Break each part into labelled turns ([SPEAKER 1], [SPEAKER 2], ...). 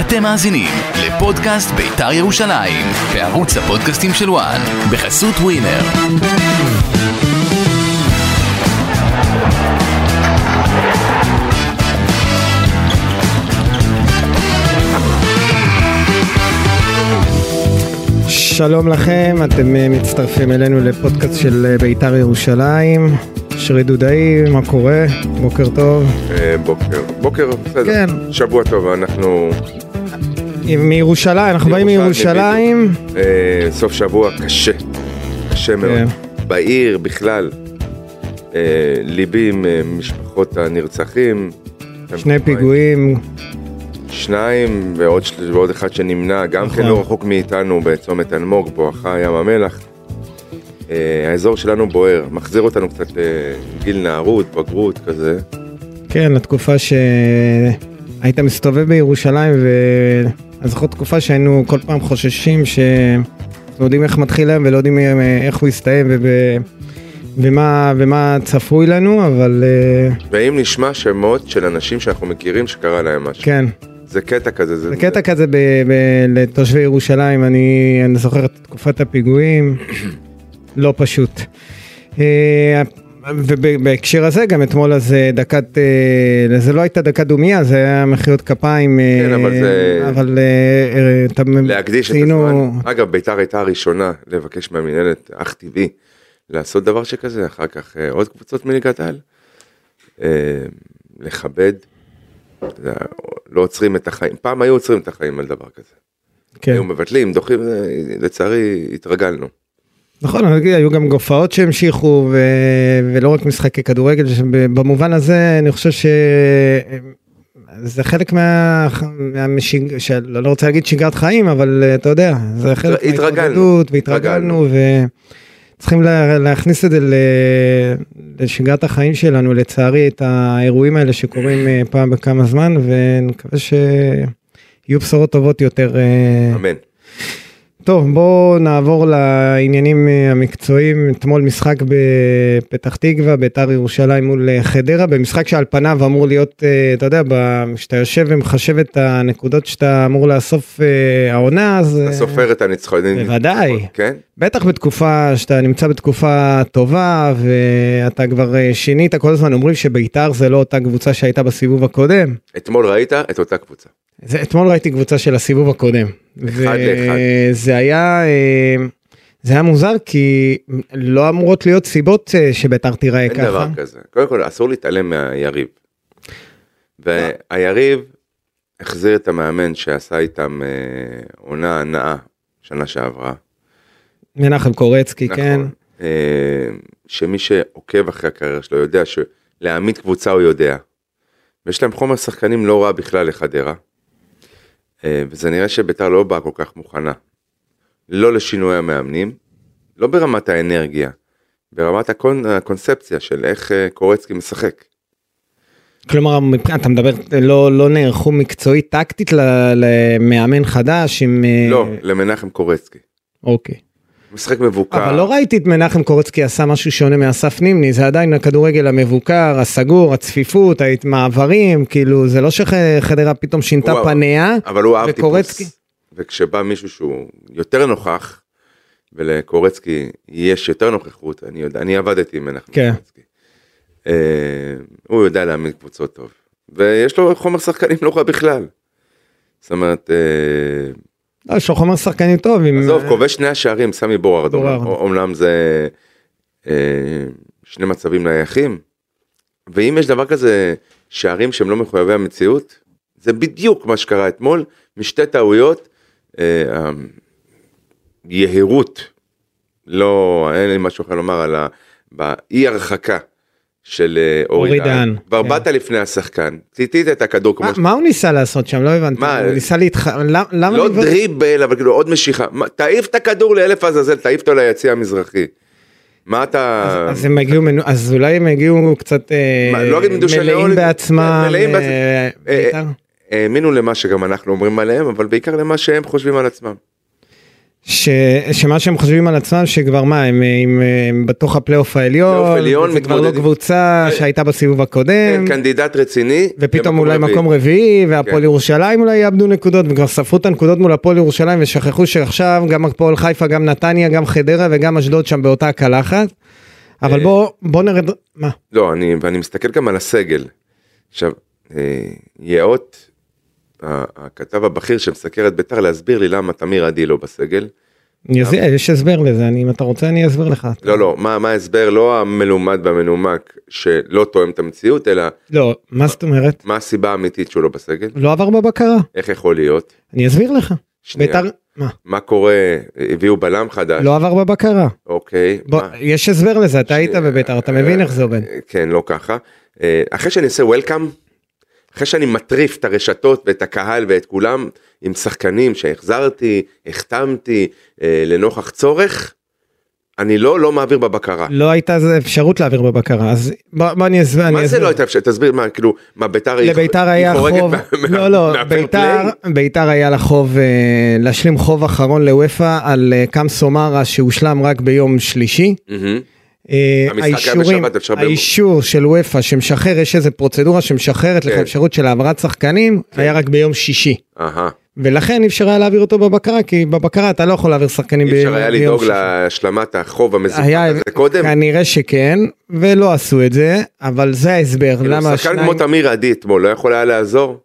[SPEAKER 1] אתם מאזינים לפודקאסט בית"ר ירושלים, בערוץ הפודקאסטים של וואן, בחסות ווינר.
[SPEAKER 2] שלום לכם, אתם אה, מצטרפים אלינו לפודקאסט של אה, בית"ר ירושלים. שרי דודאי, מה קורה? בוקר טוב.
[SPEAKER 3] אה, בוקר, בוקר, בסדר.
[SPEAKER 2] כן.
[SPEAKER 3] שבוע טוב, אנחנו
[SPEAKER 2] עם- מירושלים, אנחנו באים מירושלים.
[SPEAKER 3] אה, סוף שבוע קשה, קשה מאוד.
[SPEAKER 2] כן.
[SPEAKER 3] בעיר בכלל, אה, ליבי עם אה, משפחות הנרצחים.
[SPEAKER 2] שני פיגועים,
[SPEAKER 3] שניים ועוד, של- ועוד אחד שנמנע, גם
[SPEAKER 2] נכון.
[SPEAKER 3] כן לא רחוק מאיתנו בצומת אלמוג, בואכה ים המלח. אה, האזור שלנו בוער, מחזיר אותנו קצת לגיל נערות, בגרות כזה.
[SPEAKER 2] כן, לתקופה שהיית מסתובב בירושלים, ואני זוכר תקופה שהיינו כל פעם חוששים ש... לא יודעים איך מתחיל היום ולא יודעים אה, איך הוא יסתיים וב... ומה, ומה צפוי לנו, אבל אה,
[SPEAKER 3] ואם נשמע שמות של אנשים שאנחנו מכירים שקרה להם משהו.
[SPEAKER 2] כן.
[SPEAKER 3] זה קטע כזה, זה,
[SPEAKER 2] זה קטע כזה ב, ב, לתושבי ירושלים, אני, אני זוכר את תקופת הפיגועים, לא פשוט. אה, ובהקשר הזה גם אתמול אז אה, דקת, אה, זה לא הייתה דקת דומייה, זה היה מחיאות כפיים, אה,
[SPEAKER 3] כן, אבל זה-
[SPEAKER 2] אבל אה, אה, אתה מ-
[SPEAKER 3] להקדיש את
[SPEAKER 2] ציינו-
[SPEAKER 3] הזמן. אגב, ביתר הייתה הראשונה לבקש מהמינהלת, אך טבעי, לעשות דבר שכזה, אחר כך אה, עוד קבוצות מליגת העל. אה, לכבד, אתה יודע, לא עוצרים את החיים, פעם היו עוצרים את החיים על דבר כזה.
[SPEAKER 2] כן.
[SPEAKER 3] היו מבטלים, דוחים, אה, לצערי התרגלנו.
[SPEAKER 2] נכון, אני אגיד, היו גם הופעות שהמשיכו, ו... ולא רק משחקי כדורגל, במובן הזה אני חושב ש... זה חלק מה... מהמשיג... של... לא רוצה להגיד שגרת חיים, אבל אה, אתה יודע, זה חלק
[SPEAKER 3] התרגלנו,
[SPEAKER 2] והתרגלנו, וצריכים לה... להכניס את זה ל... לשגרת החיים שלנו, לצערי, את האירועים האלה שקורים אה, פעם בכמה זמן, ונקווה שיהיו בשורות טובות יותר. אה,
[SPEAKER 3] אמן.
[SPEAKER 2] טוב, בואו נעבור לעניינים אה, המקצועיים. אתמול משחק בפתח תקווה, ביתר ירושלים מול אה, חדרה, במשחק שעל פניו אמור להיות, אה, אתה יודע, ב- כשאתה יושב ומחשב את הנקודות שאתה אמור לאסוף אה, העונה, אז... אה,
[SPEAKER 3] אתה סופר את הניצחונים.
[SPEAKER 2] בוודאי.
[SPEAKER 3] כן?
[SPEAKER 2] בטח בתקופה שאתה נמצא בתקופה טובה ואתה כבר אה, שינית כל הזמן אומרים שביתר זה לא אותה קבוצה שהייתה בסיבוב הקודם.
[SPEAKER 3] אתמול ראית את אותה קבוצה.
[SPEAKER 2] זה, אתמול ראיתי קבוצה של הסיבוב הקודם.
[SPEAKER 3] לאחד.
[SPEAKER 2] זה היה, אה, זה היה מוזר כי לא אמורות להיות סיבות אה, שביתר תיראה
[SPEAKER 3] אין דבר
[SPEAKER 2] ככה.
[SPEAKER 3] כזה. קודם כל, אסור להתעלם מהיריב. והיריב החזיר את המאמן שעשה איתם אה, עונה הנאה שנה שעברה.
[SPEAKER 2] מנחם קורצקי,
[SPEAKER 3] נכון.
[SPEAKER 2] כן.
[SPEAKER 3] אה, שמי שעוקב אחרי הקריירה שלו יודע שלהעמיד קבוצה הוא יודע. ויש להם חומר שחקנים לא רע בכלל לחדרה. אה, וזה נראה שביתר לא באה כל כך מוכנה. לא לשינוי המאמנים, לא ברמת האנרגיה, ברמת הקונ... הקונספציה של איך אה, קורצקי משחק.
[SPEAKER 2] כלומר, מבחינת- אתה מדבר, לא, לא נערכו מקצועית טקטית ל- למאמן חדש עם... אה,
[SPEAKER 3] לא, למנחם קורצקי.
[SPEAKER 2] אוקיי.
[SPEAKER 3] משחק מבוקר.
[SPEAKER 2] אבל לא ראיתי את מנחם קורצקי עשה משהו שונה מאסף נימני, זה עדיין הכדורגל המבוקר, הסגור, הצפיפות, המעברים, כאילו, זה לא שחדרה פתאום שינתה
[SPEAKER 3] וואו.
[SPEAKER 2] פניה.
[SPEAKER 3] אבל הוא אהב
[SPEAKER 2] וקורצקי.
[SPEAKER 3] טיפוס. וכשבא מישהו שהוא יותר נוכח, ולקורצקי יש יותר נוכחות, אני יודע, אני עבדתי עם מנחם
[SPEAKER 2] כן.
[SPEAKER 3] קורצקי. אה, הוא יודע להעמיד קבוצות טוב. ויש לו חומר שחקנים לא רע בכלל. זאת אומרת, אה,
[SPEAKER 2] לא, יש לו חומר שחקנים טוב. עם- אה,
[SPEAKER 3] עזוב, כובש שני השערים, סמי בורארד,
[SPEAKER 2] בורארד.
[SPEAKER 3] אומנם זה אה, שני מצבים נייחים, ואם יש דבר כזה, שערים שהם לא מחויבי המציאות, זה בדיוק מה שקרה אתמול, משתי טעויות, אה, היהירות, לא, אין לי משהו אחר לומר על ה... באי הרחקה של אה, אורי
[SPEAKER 2] אורי
[SPEAKER 3] דהן.
[SPEAKER 2] דהן,
[SPEAKER 3] כבר
[SPEAKER 2] כן. אה,
[SPEAKER 3] באת לפני השחקן, ציטית את הכדור כמו
[SPEAKER 2] מה- מה הוא ניסה לעשות שם? לא הבנתי.
[SPEAKER 3] מה?
[SPEAKER 2] הוא ניסה להתח... למ- למה...
[SPEAKER 3] לא
[SPEAKER 2] לבעוט?
[SPEAKER 3] דריבל, אבל כאילו עוד משיכה. מה, תעיף את הכדור לאלף עזאזל, תעיף אותו ליציע המזרחי. מה אתה...
[SPEAKER 2] אז הם הגיעו, מנו- אז אולי הם הגיעו קצת אה,
[SPEAKER 3] מה, לא אגיד מדושני
[SPEAKER 2] מלאים
[SPEAKER 3] אוהל,
[SPEAKER 2] בעצמם.
[SPEAKER 3] מלאים בעצמם.
[SPEAKER 2] אה,
[SPEAKER 3] אה,
[SPEAKER 2] בעיקר.
[SPEAKER 3] האמינו למה שגם אנחנו אומרים עליהם, אבל בעיקר למה שהם חושבים על עצמם.
[SPEAKER 2] ש, שמה שהם חושבים על עצמם שכבר מה הם, אה, הם, הם בתוך הפלייאוף
[SPEAKER 3] פלייאוף
[SPEAKER 2] העליון,
[SPEAKER 3] עליון,
[SPEAKER 2] זה כבר לא
[SPEAKER 3] מתמודדים.
[SPEAKER 2] קבוצה
[SPEAKER 3] אה,
[SPEAKER 2] שהייתה בסיבוב
[SPEAKER 3] כן,
[SPEAKER 2] הקודם,
[SPEAKER 3] קנדידט רציני.
[SPEAKER 2] ופתאום
[SPEAKER 3] למקום
[SPEAKER 2] אולי
[SPEAKER 3] רביעי.
[SPEAKER 2] מקום רביעי והפועל
[SPEAKER 3] כן.
[SPEAKER 2] ירושלים אולי יאבדו נקודות וכבר ספרו את הנקודות מול הפועל ירושלים ושכחו שעכשיו גם הפועל חיפה גם נתניה גם חדרה וגם אשדוד שם באותה הקלחת. אבל
[SPEAKER 3] אה,
[SPEAKER 2] בוא בוא נרד מה
[SPEAKER 3] לא, אני, ואני מסתכל גם על הסגל. עכשיו, אה, יאות, ה- הכתב הבכיר שמסקר את ביתר, להסביר לי למה תמיר עדי לא בסגל.
[SPEAKER 2] אני אסביר, יש הסבר לזה אני אם אתה רוצה אני אסביר לך
[SPEAKER 3] אה, לא, לא, מה, מה ההסבר, לא המלומד והמנומק שלא תואם את המציאות, אלא
[SPEAKER 2] לא מה זאת אומרת
[SPEAKER 3] מה הסיבה האמיתית שהוא לא בסגל?
[SPEAKER 2] לא עבר בבקרה
[SPEAKER 3] איך יכול להיות?
[SPEAKER 2] אני אסביר לך
[SPEAKER 3] שנייה,
[SPEAKER 2] בית"ר מה
[SPEAKER 3] מה קורה? הביאו בלם חדש,
[SPEAKER 2] לא עבר בבקרה.
[SPEAKER 3] אוקיי.
[SPEAKER 2] בוא,
[SPEAKER 3] מה?
[SPEAKER 2] יש הסבר לזה, אתה היית בביתר, אתה מבין איך זה עובד.
[SPEAKER 3] כן, לא ככה. אה, אחרי שאני עושה וולקאם, אחרי שאני מטריף את הרשתות ואת הקהל ואת כולם עם שחקנים שהחזרתי, החתמתי אה, לנוכח צורך, אני לא, לא מעביר בבקרה.
[SPEAKER 2] לא הייתה זה אפשרות להעביר בבקרה, אז בוא בוא אני אסביר. אני
[SPEAKER 3] מה זה
[SPEAKER 2] אסביר.
[SPEAKER 3] לא הייתה אפשרות? תסביר מה, כאילו, מה ביתר היא-
[SPEAKER 2] לביתר
[SPEAKER 3] היא
[SPEAKER 2] היה
[SPEAKER 3] חורגת
[SPEAKER 2] חוב,
[SPEAKER 3] מה- מה-
[SPEAKER 2] לא לא,
[SPEAKER 3] מהפייר
[SPEAKER 2] ביתר,
[SPEAKER 3] פליי?
[SPEAKER 2] ביתר היה לה חוב, אה, להשלים חוב אחרון לוופא על אה, קאם סומארה שהושלם רק ביום שלישי.
[SPEAKER 3] מהמם.
[SPEAKER 2] אה,
[SPEAKER 3] המשחק היה
[SPEAKER 2] האישורים,
[SPEAKER 3] בשבת, אפשר ביום-
[SPEAKER 2] האישור של וופא שמשחרר, יש איזה פרוצדורה שמשחררת לך
[SPEAKER 3] כן.
[SPEAKER 2] אפשרות של העברת שחקנים, היה רק ביום שישי.
[SPEAKER 3] אהה.
[SPEAKER 2] ולכן אי אפשר היה להעביר אותו בבקרה, כי בבקרה אתה לא יכול להעביר שחקנים
[SPEAKER 3] אי אפשר
[SPEAKER 2] ב-
[SPEAKER 3] היה
[SPEAKER 2] ביום
[SPEAKER 3] לדאוג
[SPEAKER 2] שישי.
[SPEAKER 3] להשלמת החוב המזומן
[SPEAKER 2] היה
[SPEAKER 3] הזה קודם?
[SPEAKER 2] כנראה שכן ולא עשו את זה אבל זה ההסבר
[SPEAKER 3] כאילו,
[SPEAKER 2] למה
[SPEAKER 3] שחקן
[SPEAKER 2] השניים
[SPEAKER 3] כמו תמיר עדי אתמול לא יכול היה לעזור?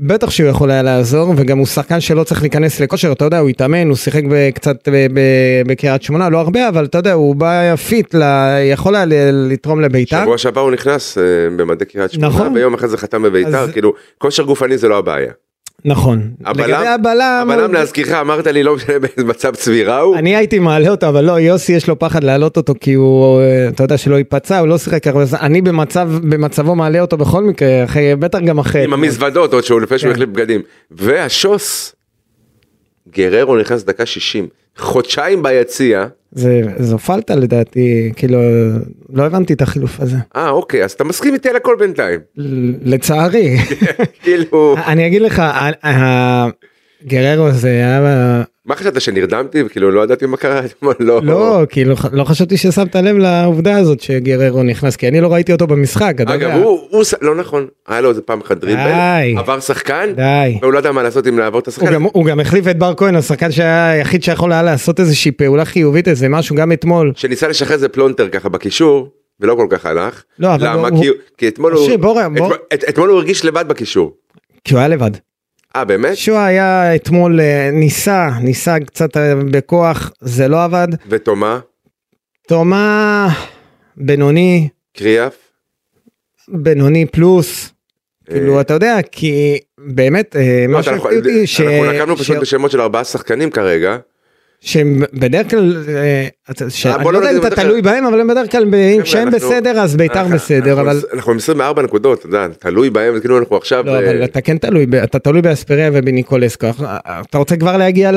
[SPEAKER 2] בטח שהוא יכול היה לעזור וגם הוא שחקן שלא צריך להיכנס לכושר אתה יודע הוא התאמן הוא שיחק ב- קצת ב- ב- בקריית שמונה לא הרבה אבל אתה יודע הוא בא פיט ל- יכול היה ל- לתרום לביתר
[SPEAKER 3] שבוע שעבר הוא נכנס אה, במדי קריית שמונה,
[SPEAKER 2] נכון.
[SPEAKER 3] ויום אחרי זה חתם בביתר,
[SPEAKER 2] אז-
[SPEAKER 3] כאילו, כושר גופני זה לא הבעיה.
[SPEAKER 2] נכון
[SPEAKER 3] הבלם-
[SPEAKER 2] לגבי הבלם
[SPEAKER 3] הבלם
[SPEAKER 2] הוא-
[SPEAKER 3] להזכירך, אמרת לי, לא משנה באיזה מצב צבירה הוא.
[SPEAKER 2] אני הייתי מעלה אותו אבל לא יוסי יש לו פחד להעלות אותו כי הוא אה, אתה יודע שלא ייפצע הוא לא שיחק הרבה זמן אני במצב במצבו מעלה אותו בכל מקרה אחרי בטח גם אחרי
[SPEAKER 3] עם המזוודות, עוד שהוא לפני שהוא
[SPEAKER 2] כן.
[SPEAKER 3] החליף בגדים. והשוס, גררו נכנס דקה 60, חודשיים ביציע.
[SPEAKER 2] זה זו פלטה לדעתי כאילו לא הבנתי את החילוף הזה
[SPEAKER 3] אה, אוקיי, אז אתה מסכים איתי על הכל בינתיים.
[SPEAKER 2] ל- לצערי
[SPEAKER 3] כאילו,
[SPEAKER 2] אני אגיד לך ה- ה- גררו זה היה
[SPEAKER 3] מה חשבת שנרדמתי? וכאילו, לא ידעתי מה קרה אתמול, לא.
[SPEAKER 2] לא כאילו ח- לא חשבתי ששמת לב לעובדה הזאת שגררו נכנס כי אני לא ראיתי אותו במשחק אתה
[SPEAKER 3] אגב,
[SPEAKER 2] יודע. אה.
[SPEAKER 3] הוא, הוא ס- לא נכון, היה לו איזה פעם אחת דריבל,
[SPEAKER 2] די.
[SPEAKER 3] עבר שחקן,
[SPEAKER 2] די.
[SPEAKER 3] והוא לא ידע מה לעשות אם לעבור את השחקן.
[SPEAKER 2] הוא גם, הוא גם החליף את בר כהן השחקן שהיה היחיד שיכול היה לעשות איזושהי פעולה חיובית איזה משהו גם אתמול.
[SPEAKER 3] שניסה לשחרר איזה פלונטר ככה בקישור ולא כל כך הלך.
[SPEAKER 2] לא, אבל
[SPEAKER 3] למה?
[SPEAKER 2] הוא-
[SPEAKER 3] כי, כי אתמול הוא,
[SPEAKER 2] אשרי, בוא- בוא-
[SPEAKER 3] אתמול, את, אתמול הוא הרגיש לבד בקישור.
[SPEAKER 2] כי הוא היה לבד.
[SPEAKER 3] אה באמת?
[SPEAKER 2] שואה היה אתמול אה, ניסה ניסה קצת אה, בכוח זה לא עבד.
[SPEAKER 3] ותומה,
[SPEAKER 2] תומה בינוני
[SPEAKER 3] קריאף.
[SPEAKER 2] בינוני פלוס. כאילו אתה יודע כי באמת אה,
[SPEAKER 3] אה. לא,
[SPEAKER 2] מה
[SPEAKER 3] אנחנו
[SPEAKER 2] שהפתיע אותי ש-
[SPEAKER 3] אנחנו נקבנו פשוט
[SPEAKER 2] ש-
[SPEAKER 3] בשמות של ארבעה שחקנים כרגע.
[SPEAKER 2] שהם בדרך כלל אה, אתה- ש-
[SPEAKER 3] אה, בוא
[SPEAKER 2] אני לא
[SPEAKER 3] לא
[SPEAKER 2] יודע אם
[SPEAKER 3] נגיד
[SPEAKER 2] אתה
[SPEAKER 3] בדרך
[SPEAKER 2] תלוי בהם אבל הם בדרך כלל ב-
[SPEAKER 3] חבר'ה,
[SPEAKER 2] כשהם
[SPEAKER 3] אנחנו-
[SPEAKER 2] בסדר אז בית"ר
[SPEAKER 3] אנחנו-
[SPEAKER 2] בסדר
[SPEAKER 3] אה, אנחנו-
[SPEAKER 2] אבל
[SPEAKER 3] אנחנו עם 24 נקודות, אתה יודע, תלוי בהם, כאילו אנחנו עכשיו...
[SPEAKER 2] לא,
[SPEAKER 3] אה,
[SPEAKER 2] אבל אתה כן תלוי, ב- אתה תלוי באספריה ובניקולסקו. אה, אתה רוצה כבר להגיע ל-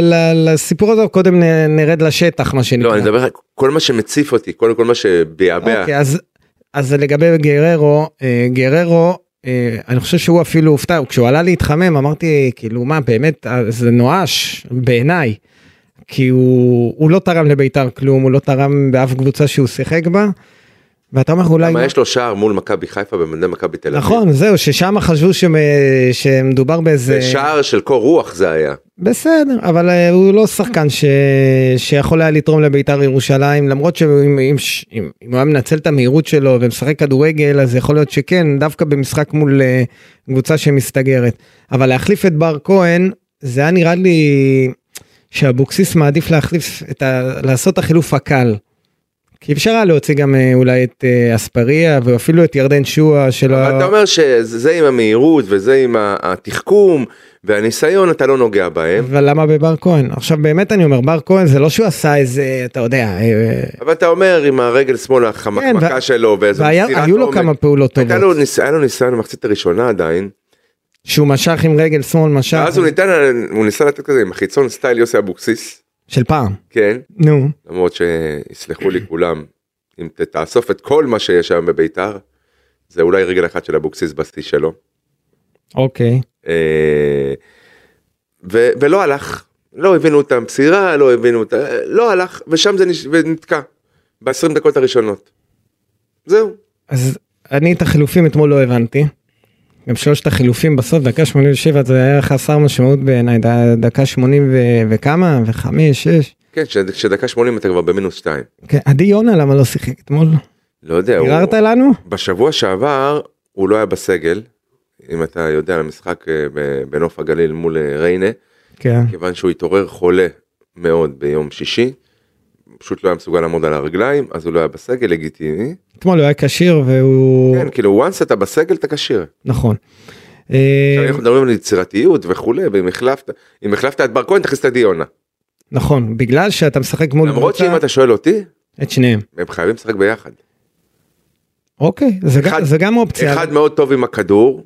[SPEAKER 2] ל- לסיפור הזה, או קודם נ- נרד לשטח, מה שנקרא?
[SPEAKER 3] לא, אני מדבר, כל מה שמציף אותי, כל כל מה שביעבע.
[SPEAKER 2] אוקיי, אז- אז לגבי גררו, אה, גררו, אה, אני חושב שהוא אפילו הופתע, כשהוא עלה להתחמם, אמרתי, כאילו, מה, באמת, אה, זה נואש בעיניי. כי הוא, הוא לא תרם לביתר כלום, הוא לא תרם באף קבוצה שהוא שיחק בה. ואתה אומר, אולי... לא-
[SPEAKER 3] למה יש לו שער מול מכבי חיפה במדי מכבי תל אביב.
[SPEAKER 2] נכון, זהו, ששם חשבו שמ- שמדובר באיזה...
[SPEAKER 3] זה שער של קור רוח זה היה.
[SPEAKER 2] בסדר, אבל אה, הוא לא שחקן ש... שיכול היה לתרום לביתר ירושלים, למרות שאם אם, ש- אם, אם הוא היה מנצל את המהירות שלו ומשחק כדורגל, אז יכול להיות שכן, דווקא במשחק מול אה, קבוצה שמסתגרת. אבל להחליף את בר כהן, זה היה נראה לי שאבוקסיס מעדיף להחליף, את ה... לעשות את החילוף הקל. כי אפשר היה להוציא גם אה, אולי את אה, אספריה ואפילו את ירדן שואה שלו.
[SPEAKER 3] אבל אתה אומר שזה זה עם המהירות וזה עם ה- התחכום והניסיון אתה לא נוגע בהם
[SPEAKER 2] אבל למה בבר כהן? עכשיו באמת אני אומר, בר כהן זה לא שהוא עשה איזה, אתה יודע, אה,
[SPEAKER 3] אבל אתה אומר עם הרגל שמאל החמקמקה
[SPEAKER 2] כן, ו-
[SPEAKER 3] שלו ואיזו
[SPEAKER 2] והיה-
[SPEAKER 3] מסירת
[SPEAKER 2] היו לו
[SPEAKER 3] עומק.
[SPEAKER 2] כמה פעולות
[SPEAKER 3] הייתה
[SPEAKER 2] טובות.
[SPEAKER 3] לו ניס- היה לו ניסיון במחצית הראשונה עדיין
[SPEAKER 2] שהוא משך עם רגל שמאל, משך,
[SPEAKER 3] ואז הוא ניתן הוא ניסה לתת כזה עם החיצון סטייל יוסי אבוקסיס
[SPEAKER 2] של פעם.
[SPEAKER 3] כן
[SPEAKER 2] נו,
[SPEAKER 3] למרות שיסלחו לי כולם אם ת- תאסוף את כל מה שיש היום בביתר זה אולי רגל אחת של אבוקסיס בשיא שלו
[SPEAKER 2] אוקיי.
[SPEAKER 3] אה, ו- ולא הלך לא הבינו את המסירה, לא הבינו את... ה- לא הלך, ושם זה נש... ונתקע. ב-20 דקות הראשונות. זהו.
[SPEAKER 2] אז אני את החילופים אתמול לא הבנתי. גם שלושת החילופים בסוף, דקה 87 זה היה חסר משמעות בעיניי, ד- דקה 80 ו- וכמה? וחמש, שש.
[SPEAKER 3] כן, כש- כשדקה 80 אתה כבר במינוס 2.
[SPEAKER 2] כן, עדי יונה למה לא שיחק אתמול?
[SPEAKER 3] לא יודע, הוא...
[SPEAKER 2] ביררת לנו?
[SPEAKER 3] בשבוע שעבר הוא לא היה בסגל, אם אתה יודע, על המשחק אה, ב- בנוף הגליל מול אה, ריינה,
[SPEAKER 2] כן.
[SPEAKER 3] כיוון שהוא התעורר חולה מאוד ביום שישי, פשוט לא היה מסוגל לעמוד על הרגליים, אז הוא לא היה בסגל, לגיטימי.
[SPEAKER 2] אתמול הוא היה כשיר והוא...
[SPEAKER 3] כן, כאילו, once אתה בסגל אתה כשיר.
[SPEAKER 2] נכון. אה,
[SPEAKER 3] עכשיו, אנחנו מדברים על יצירתיות וכולי, ואם החלפת, אם החלפת את בר כהן תכניס את הדיונה.
[SPEAKER 2] נכון, בגלל שאתה משחק מול
[SPEAKER 3] למרות שאם אתה שואל אותי,
[SPEAKER 2] את שניהם.
[SPEAKER 3] הם חייבים לשחק ביחד.
[SPEAKER 2] אוקיי, זה
[SPEAKER 3] אחד-
[SPEAKER 2] גם- זה גם אופציה.
[SPEAKER 3] אחד מאוד טוב עם הכדור,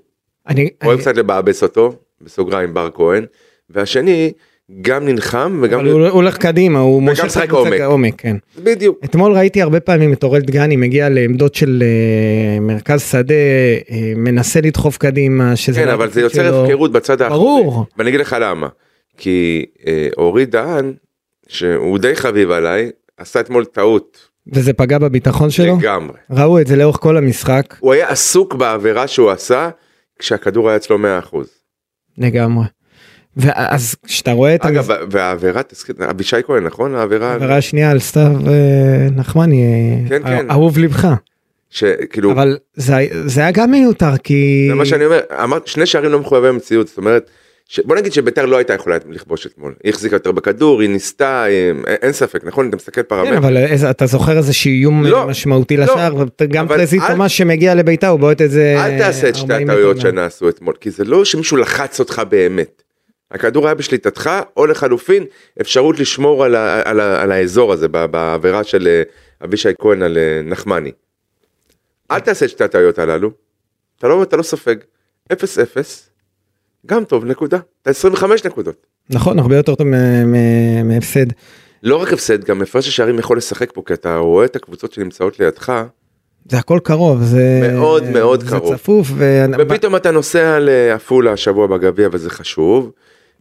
[SPEAKER 2] אני-
[SPEAKER 3] אוהב
[SPEAKER 2] אני-
[SPEAKER 3] קצת לבעבס אותו, בסוגריים בר כהן, והשני גם נלחם וגם...
[SPEAKER 2] אבל הוא הולך קדימה, הוא
[SPEAKER 3] וגם
[SPEAKER 2] מושך את
[SPEAKER 3] משחק
[SPEAKER 2] הקבוצה
[SPEAKER 3] עומק.
[SPEAKER 2] כעומק, כן.
[SPEAKER 3] בדיוק.
[SPEAKER 2] אתמול ראיתי הרבה פעמים את אורל דגני מגיע לעמדות של אה, מרכז שדה, אה, מנסה לדחוף קדימה, שזה...
[SPEAKER 3] כן,
[SPEAKER 2] לא
[SPEAKER 3] אבל זה
[SPEAKER 2] התפקיד
[SPEAKER 3] יוצר
[SPEAKER 2] שלו.
[SPEAKER 3] הפקרות בצד האחורי.
[SPEAKER 2] ברור.
[SPEAKER 3] ואני אגיד לך למה. כי אה, אורי דהן, שהוא די חביב עליי, עשה אתמול טעות
[SPEAKER 2] וזה פגע בביטחון שלו?
[SPEAKER 3] לגמרי.
[SPEAKER 2] ראו את זה לאורך כל המשחק,
[SPEAKER 3] הוא היה עסוק בעבירה שהוא עשה, כשהכדור היה אצלו 100%.
[SPEAKER 2] לגמרי. ואז כשאתה רואה את
[SPEAKER 3] אגב, והעבירה, תזכיר, אבישי כהן, נכון? העבירה,
[SPEAKER 2] העבירה השנייה על סתיו אה, נחמני, אה,
[SPEAKER 3] כן, כן.
[SPEAKER 2] אהוב לבך.
[SPEAKER 3] שכאילו,
[SPEAKER 2] אבל זה זה היה גם מיותר, כי...
[SPEAKER 3] כאילו, זה מה שאני אומר, אמרת שני שערים לא מחויבי המציאות, זאת אומרת, ש... בוא נגיד שביתר לא הייתה יכולה לכבוש אתמול, היא החזיקה יותר בכדור, היא ניסתה, אה, אין, אין ספק, נכון? אתה מסתכל
[SPEAKER 2] כן,
[SPEAKER 3] פרמטר,
[SPEAKER 2] אבל איזה- אתה זוכר איזה שאיום
[SPEAKER 3] לא,
[SPEAKER 2] משמעותי
[SPEAKER 3] לא.
[SPEAKER 2] לשער, גם
[SPEAKER 3] אבל
[SPEAKER 2] פרזי
[SPEAKER 3] אל-
[SPEAKER 2] תומאס שמגיע לביתה הוא בועט איזה...
[SPEAKER 3] אל תעשה את שתי
[SPEAKER 2] 40
[SPEAKER 3] הטעויות
[SPEAKER 2] מטר.
[SPEAKER 3] שנעשו אתמול, כי זה לא שמישהו לחץ אותך באמת. הכדור היה בשליטתך, או לחלופין, אפשרות לשמור על, ה... על, ה... על האזור הזה, ב- בעבירה של אה, אבישי כהן על אה, נחמני. אל תעשה את שתי הטעויות הללו, אתה לא, אתה לא סופג, 0-0, גם טוב, נקודה, אתה 25 נקודות.
[SPEAKER 2] נכון, הרבה יותר טוב מ- מ- מהפסד.
[SPEAKER 3] לא רק הפסד, גם הפרש השערים יכול לשחק פה, כי אתה רואה את הקבוצות שנמצאות לידך,
[SPEAKER 2] זה הכל קרוב, זה...
[SPEAKER 3] מאוד מאוד קרוב.
[SPEAKER 2] זה צפוף, ו...
[SPEAKER 3] ופתאום אתה נוסע לעפולה השבוע בגביע וזה חשוב,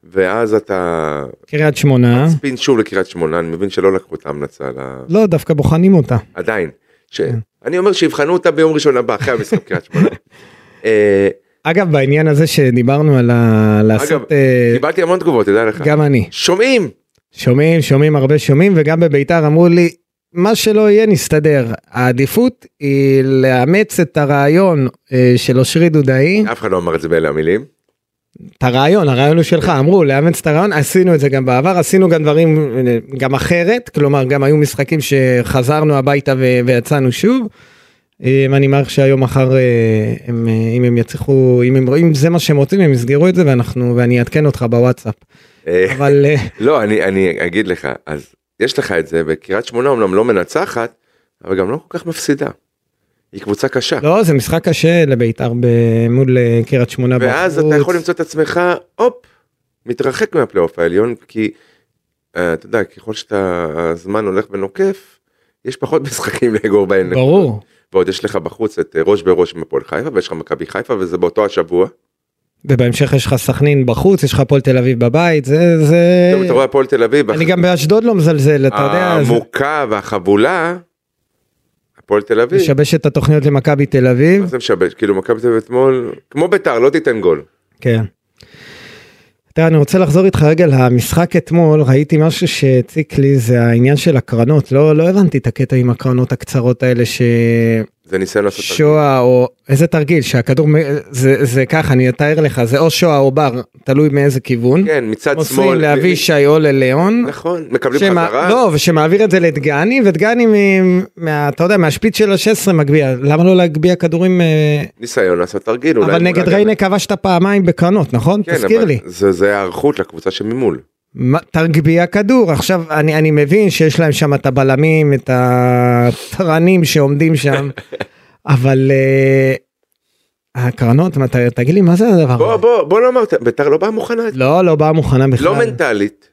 [SPEAKER 3] ואז אתה
[SPEAKER 2] קריית שמונה,
[SPEAKER 3] ספין שוב לקריית שמונה, אני מבין שלא לקחו את ההמלצה, ל-
[SPEAKER 2] לא, דווקא בוחנים אותה.
[SPEAKER 3] עדיין. ש-
[SPEAKER 2] כן.
[SPEAKER 3] אני אומר שיבחנו אותה ביום ראשון הבא, אחרי המשחק קריית שמונה. אה,
[SPEAKER 2] אגב, בעניין הזה שדיברנו על ה... לעשות... אה,
[SPEAKER 3] קיבלתי המון תגובות, תדע לך.
[SPEAKER 2] גם אני.
[SPEAKER 3] שומעים!
[SPEAKER 2] שומעים, שומעים, הרבה שומעים, וגם בביתר אמרו לי, מה שלא יהיה נסתדר. העדיפות היא לאמץ את הרעיון אה, של אושרי דודאי.
[SPEAKER 3] אף אחד לא אמר את זה באלה המילים.
[SPEAKER 2] את הרעיון, הרעיון הוא שלך, אמרו לאמץ את הרעיון, עשינו את זה גם בעבר, עשינו גם דברים אה, גם אחרת, כלומר גם היו משחקים שחזרנו הביתה ו- ויצאנו שוב. אה, אני מעריך שהיום מחר אה, הם, אה, אם הם יצליחו, אם, הם, אם זה מה שהם רוצים הם יסגרו את זה ואנחנו, ואני אעדכן אותך בוואטסאפ.
[SPEAKER 3] אה,
[SPEAKER 2] אבל אה,
[SPEAKER 3] לא, אני, אני אגיד לך, אז יש לך את זה, וקריית שמונה אמנם לא מנצחת, אבל גם לא כל כך מפסידה. היא קבוצה קשה.
[SPEAKER 2] לא, זה משחק קשה לבית"ר ב- מול אה, קריית שמונה
[SPEAKER 3] ואז אתה יכול למצוא את עצמך, הופ, מתרחק מהפלייאוף העליון, כי אה, אתה יודע, ככל שאתה, הזמן הולך ונוקף, יש פחות משחקים לאגור בהן.
[SPEAKER 2] ברור,
[SPEAKER 3] ועוד יש לך בחוץ את אה, ראש בראש עם הפועל חיפה, ויש לך מכבי חיפה, וזה באותו השבוע.
[SPEAKER 2] ובהמשך יש לך סכנין בחוץ, יש לך הפועל תל אביב בבית, זה, זה,
[SPEAKER 3] פתאום אתה רואה הפועל תל אביב,
[SPEAKER 2] אה, אני גם באשדוד לא מזלזל, אתה יודע, זה-
[SPEAKER 3] העמוקה והחבולה, הפועל תל אביב.
[SPEAKER 2] לשבש את התוכניות למכבי תל אביב.
[SPEAKER 3] מה זה משבש? כאילו מכבי תל אביב אתמול, כמו ביתר, לא תיתן גול.
[SPEAKER 2] כן. תראה, אני רוצה לחזור איתך רגע למשחק אתמול, ראיתי משהו שהציק לי, זה העניין של הקרנות, לא, לא הבנתי את הקטע עם הקרנות הקצרות האלה
[SPEAKER 3] זה ניסיון לעשות...
[SPEAKER 2] ששואה או איזה תרגיל, שהכדור, מ- זה, זה ככה, אני אתאר לך, זה או שואה או בר, תלוי מאיזה כיוון.
[SPEAKER 3] כן, מצד
[SPEAKER 2] מוסרים
[SPEAKER 3] שמאל.
[SPEAKER 2] לאבישי או ללאון.
[SPEAKER 3] נכון, מקבלים
[SPEAKER 2] שמה-
[SPEAKER 3] חזרה.
[SPEAKER 2] לא, ושמעביר את זה לדגני, ודגני, מ- מה- אתה יודע, מהשפיץ של ה-16 מגביה, למה לא להגביה כדורים אה,
[SPEAKER 3] ניסיון לעשות תרגיל. לא, אולי
[SPEAKER 2] אבל
[SPEAKER 3] מול
[SPEAKER 2] נגד
[SPEAKER 3] הגנה.
[SPEAKER 2] ריינה כבשת פעמיים בקרנות, נכון?
[SPEAKER 3] כן,
[SPEAKER 2] תזכיר
[SPEAKER 3] אבל
[SPEAKER 2] לי.
[SPEAKER 3] זה, זה היערכות לקבוצה שממול.
[SPEAKER 2] מה- תגביה כדור. עכשיו, אני, אני מבין שיש להם שם את הבלמים, את התרנים שעומדים שם, אבל אה, הקרנות, מה, ת- תגיד לי, מה זה הדבר
[SPEAKER 3] בוא,
[SPEAKER 2] הזה?
[SPEAKER 3] בוא, בוא נאמר, ביתר לא באה מוכנה.
[SPEAKER 2] לא, לא באה מוכנה בכלל.
[SPEAKER 3] לא מנטלית,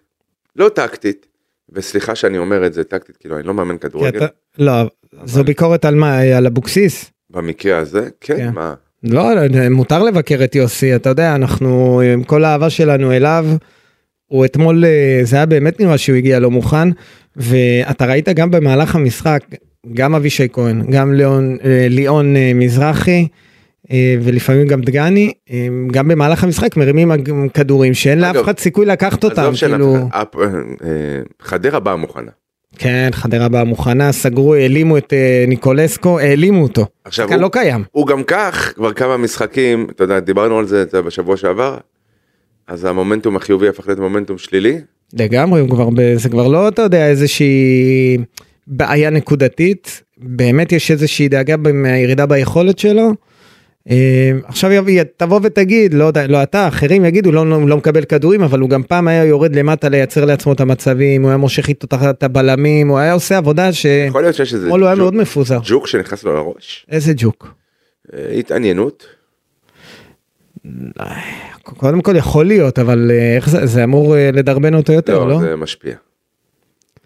[SPEAKER 3] לא טקטית, וסליחה שאני אומר את זה טקטית, כאילו אני לא מאמן
[SPEAKER 2] כי
[SPEAKER 3] כדורגל.
[SPEAKER 2] אתה, לא, זו ביקורת על מה? על אבוקסיס?
[SPEAKER 3] במקרה הזה, כן,
[SPEAKER 2] כן.
[SPEAKER 3] מה?
[SPEAKER 2] לא, מותר לבקר את יוסי, אתה יודע, אנחנו עם כל האהבה שלנו אליו, הוא אתמול, אה, זה היה באמת נראה שהוא הגיע לא מוכן, ואתה ראית גם במהלך המשחק, גם אבישי כהן, גם ליאון, אה, ליאון אה, מזרחי, אה, ולפעמים גם דגני, אה, גם במהלך המשחק מרימים אג- כדורים שאין לאף
[SPEAKER 3] אגב,
[SPEAKER 2] אחד סיכוי לקחת אותם,
[SPEAKER 3] עזוב שאין
[SPEAKER 2] כאילו,
[SPEAKER 3] אף אחד- אה, אה, חדרה באה מוכנה.
[SPEAKER 2] כן, חדרה באה מוכנה, סגרו, העלימו את אה, ניקולסקו, העלימו אותו,
[SPEAKER 3] עכשיו,
[SPEAKER 2] כאן
[SPEAKER 3] הוא-
[SPEAKER 2] לא קיים.
[SPEAKER 3] הוא גם כך כבר כמה משחקים, אתה יודע, דיברנו על זה אתה יודע, בשבוע שעבר, אז המומנטום החיובי הפך להיות מומנטום שלילי.
[SPEAKER 2] כן. לגמרי, הוא כבר, ב- זה כבר לא, אתה יודע, איזושהי בעיה נקודתית, באמת יש איזושהי דאגה ב- מהירידה ביכולת שלו. אה, עכשיו יביא- תבוא ותגיד, לא, יודע, לא אתה, אחרים יגידו, לא, לא, לא מקבל כדורים, אבל הוא גם פעם היה יורד למטה לייצר לעצמו את המצבים, הוא היה מושך איתו את ה- את הבלמים, הוא היה עושה עבודה ש...
[SPEAKER 3] יכול להיות שיש איזה
[SPEAKER 2] אתמול הוא היה
[SPEAKER 3] ג'וק-
[SPEAKER 2] מאוד מפוזר.
[SPEAKER 3] ג'וק שנכנס לו לראש,
[SPEAKER 2] איזה ג'וק.
[SPEAKER 3] אה, התעניינות.
[SPEAKER 2] קודם כל יכול להיות, אבל אה, איך זה, זה אמור אה, לדרבן אותו יותר, לא?
[SPEAKER 3] לא, זה משפיע.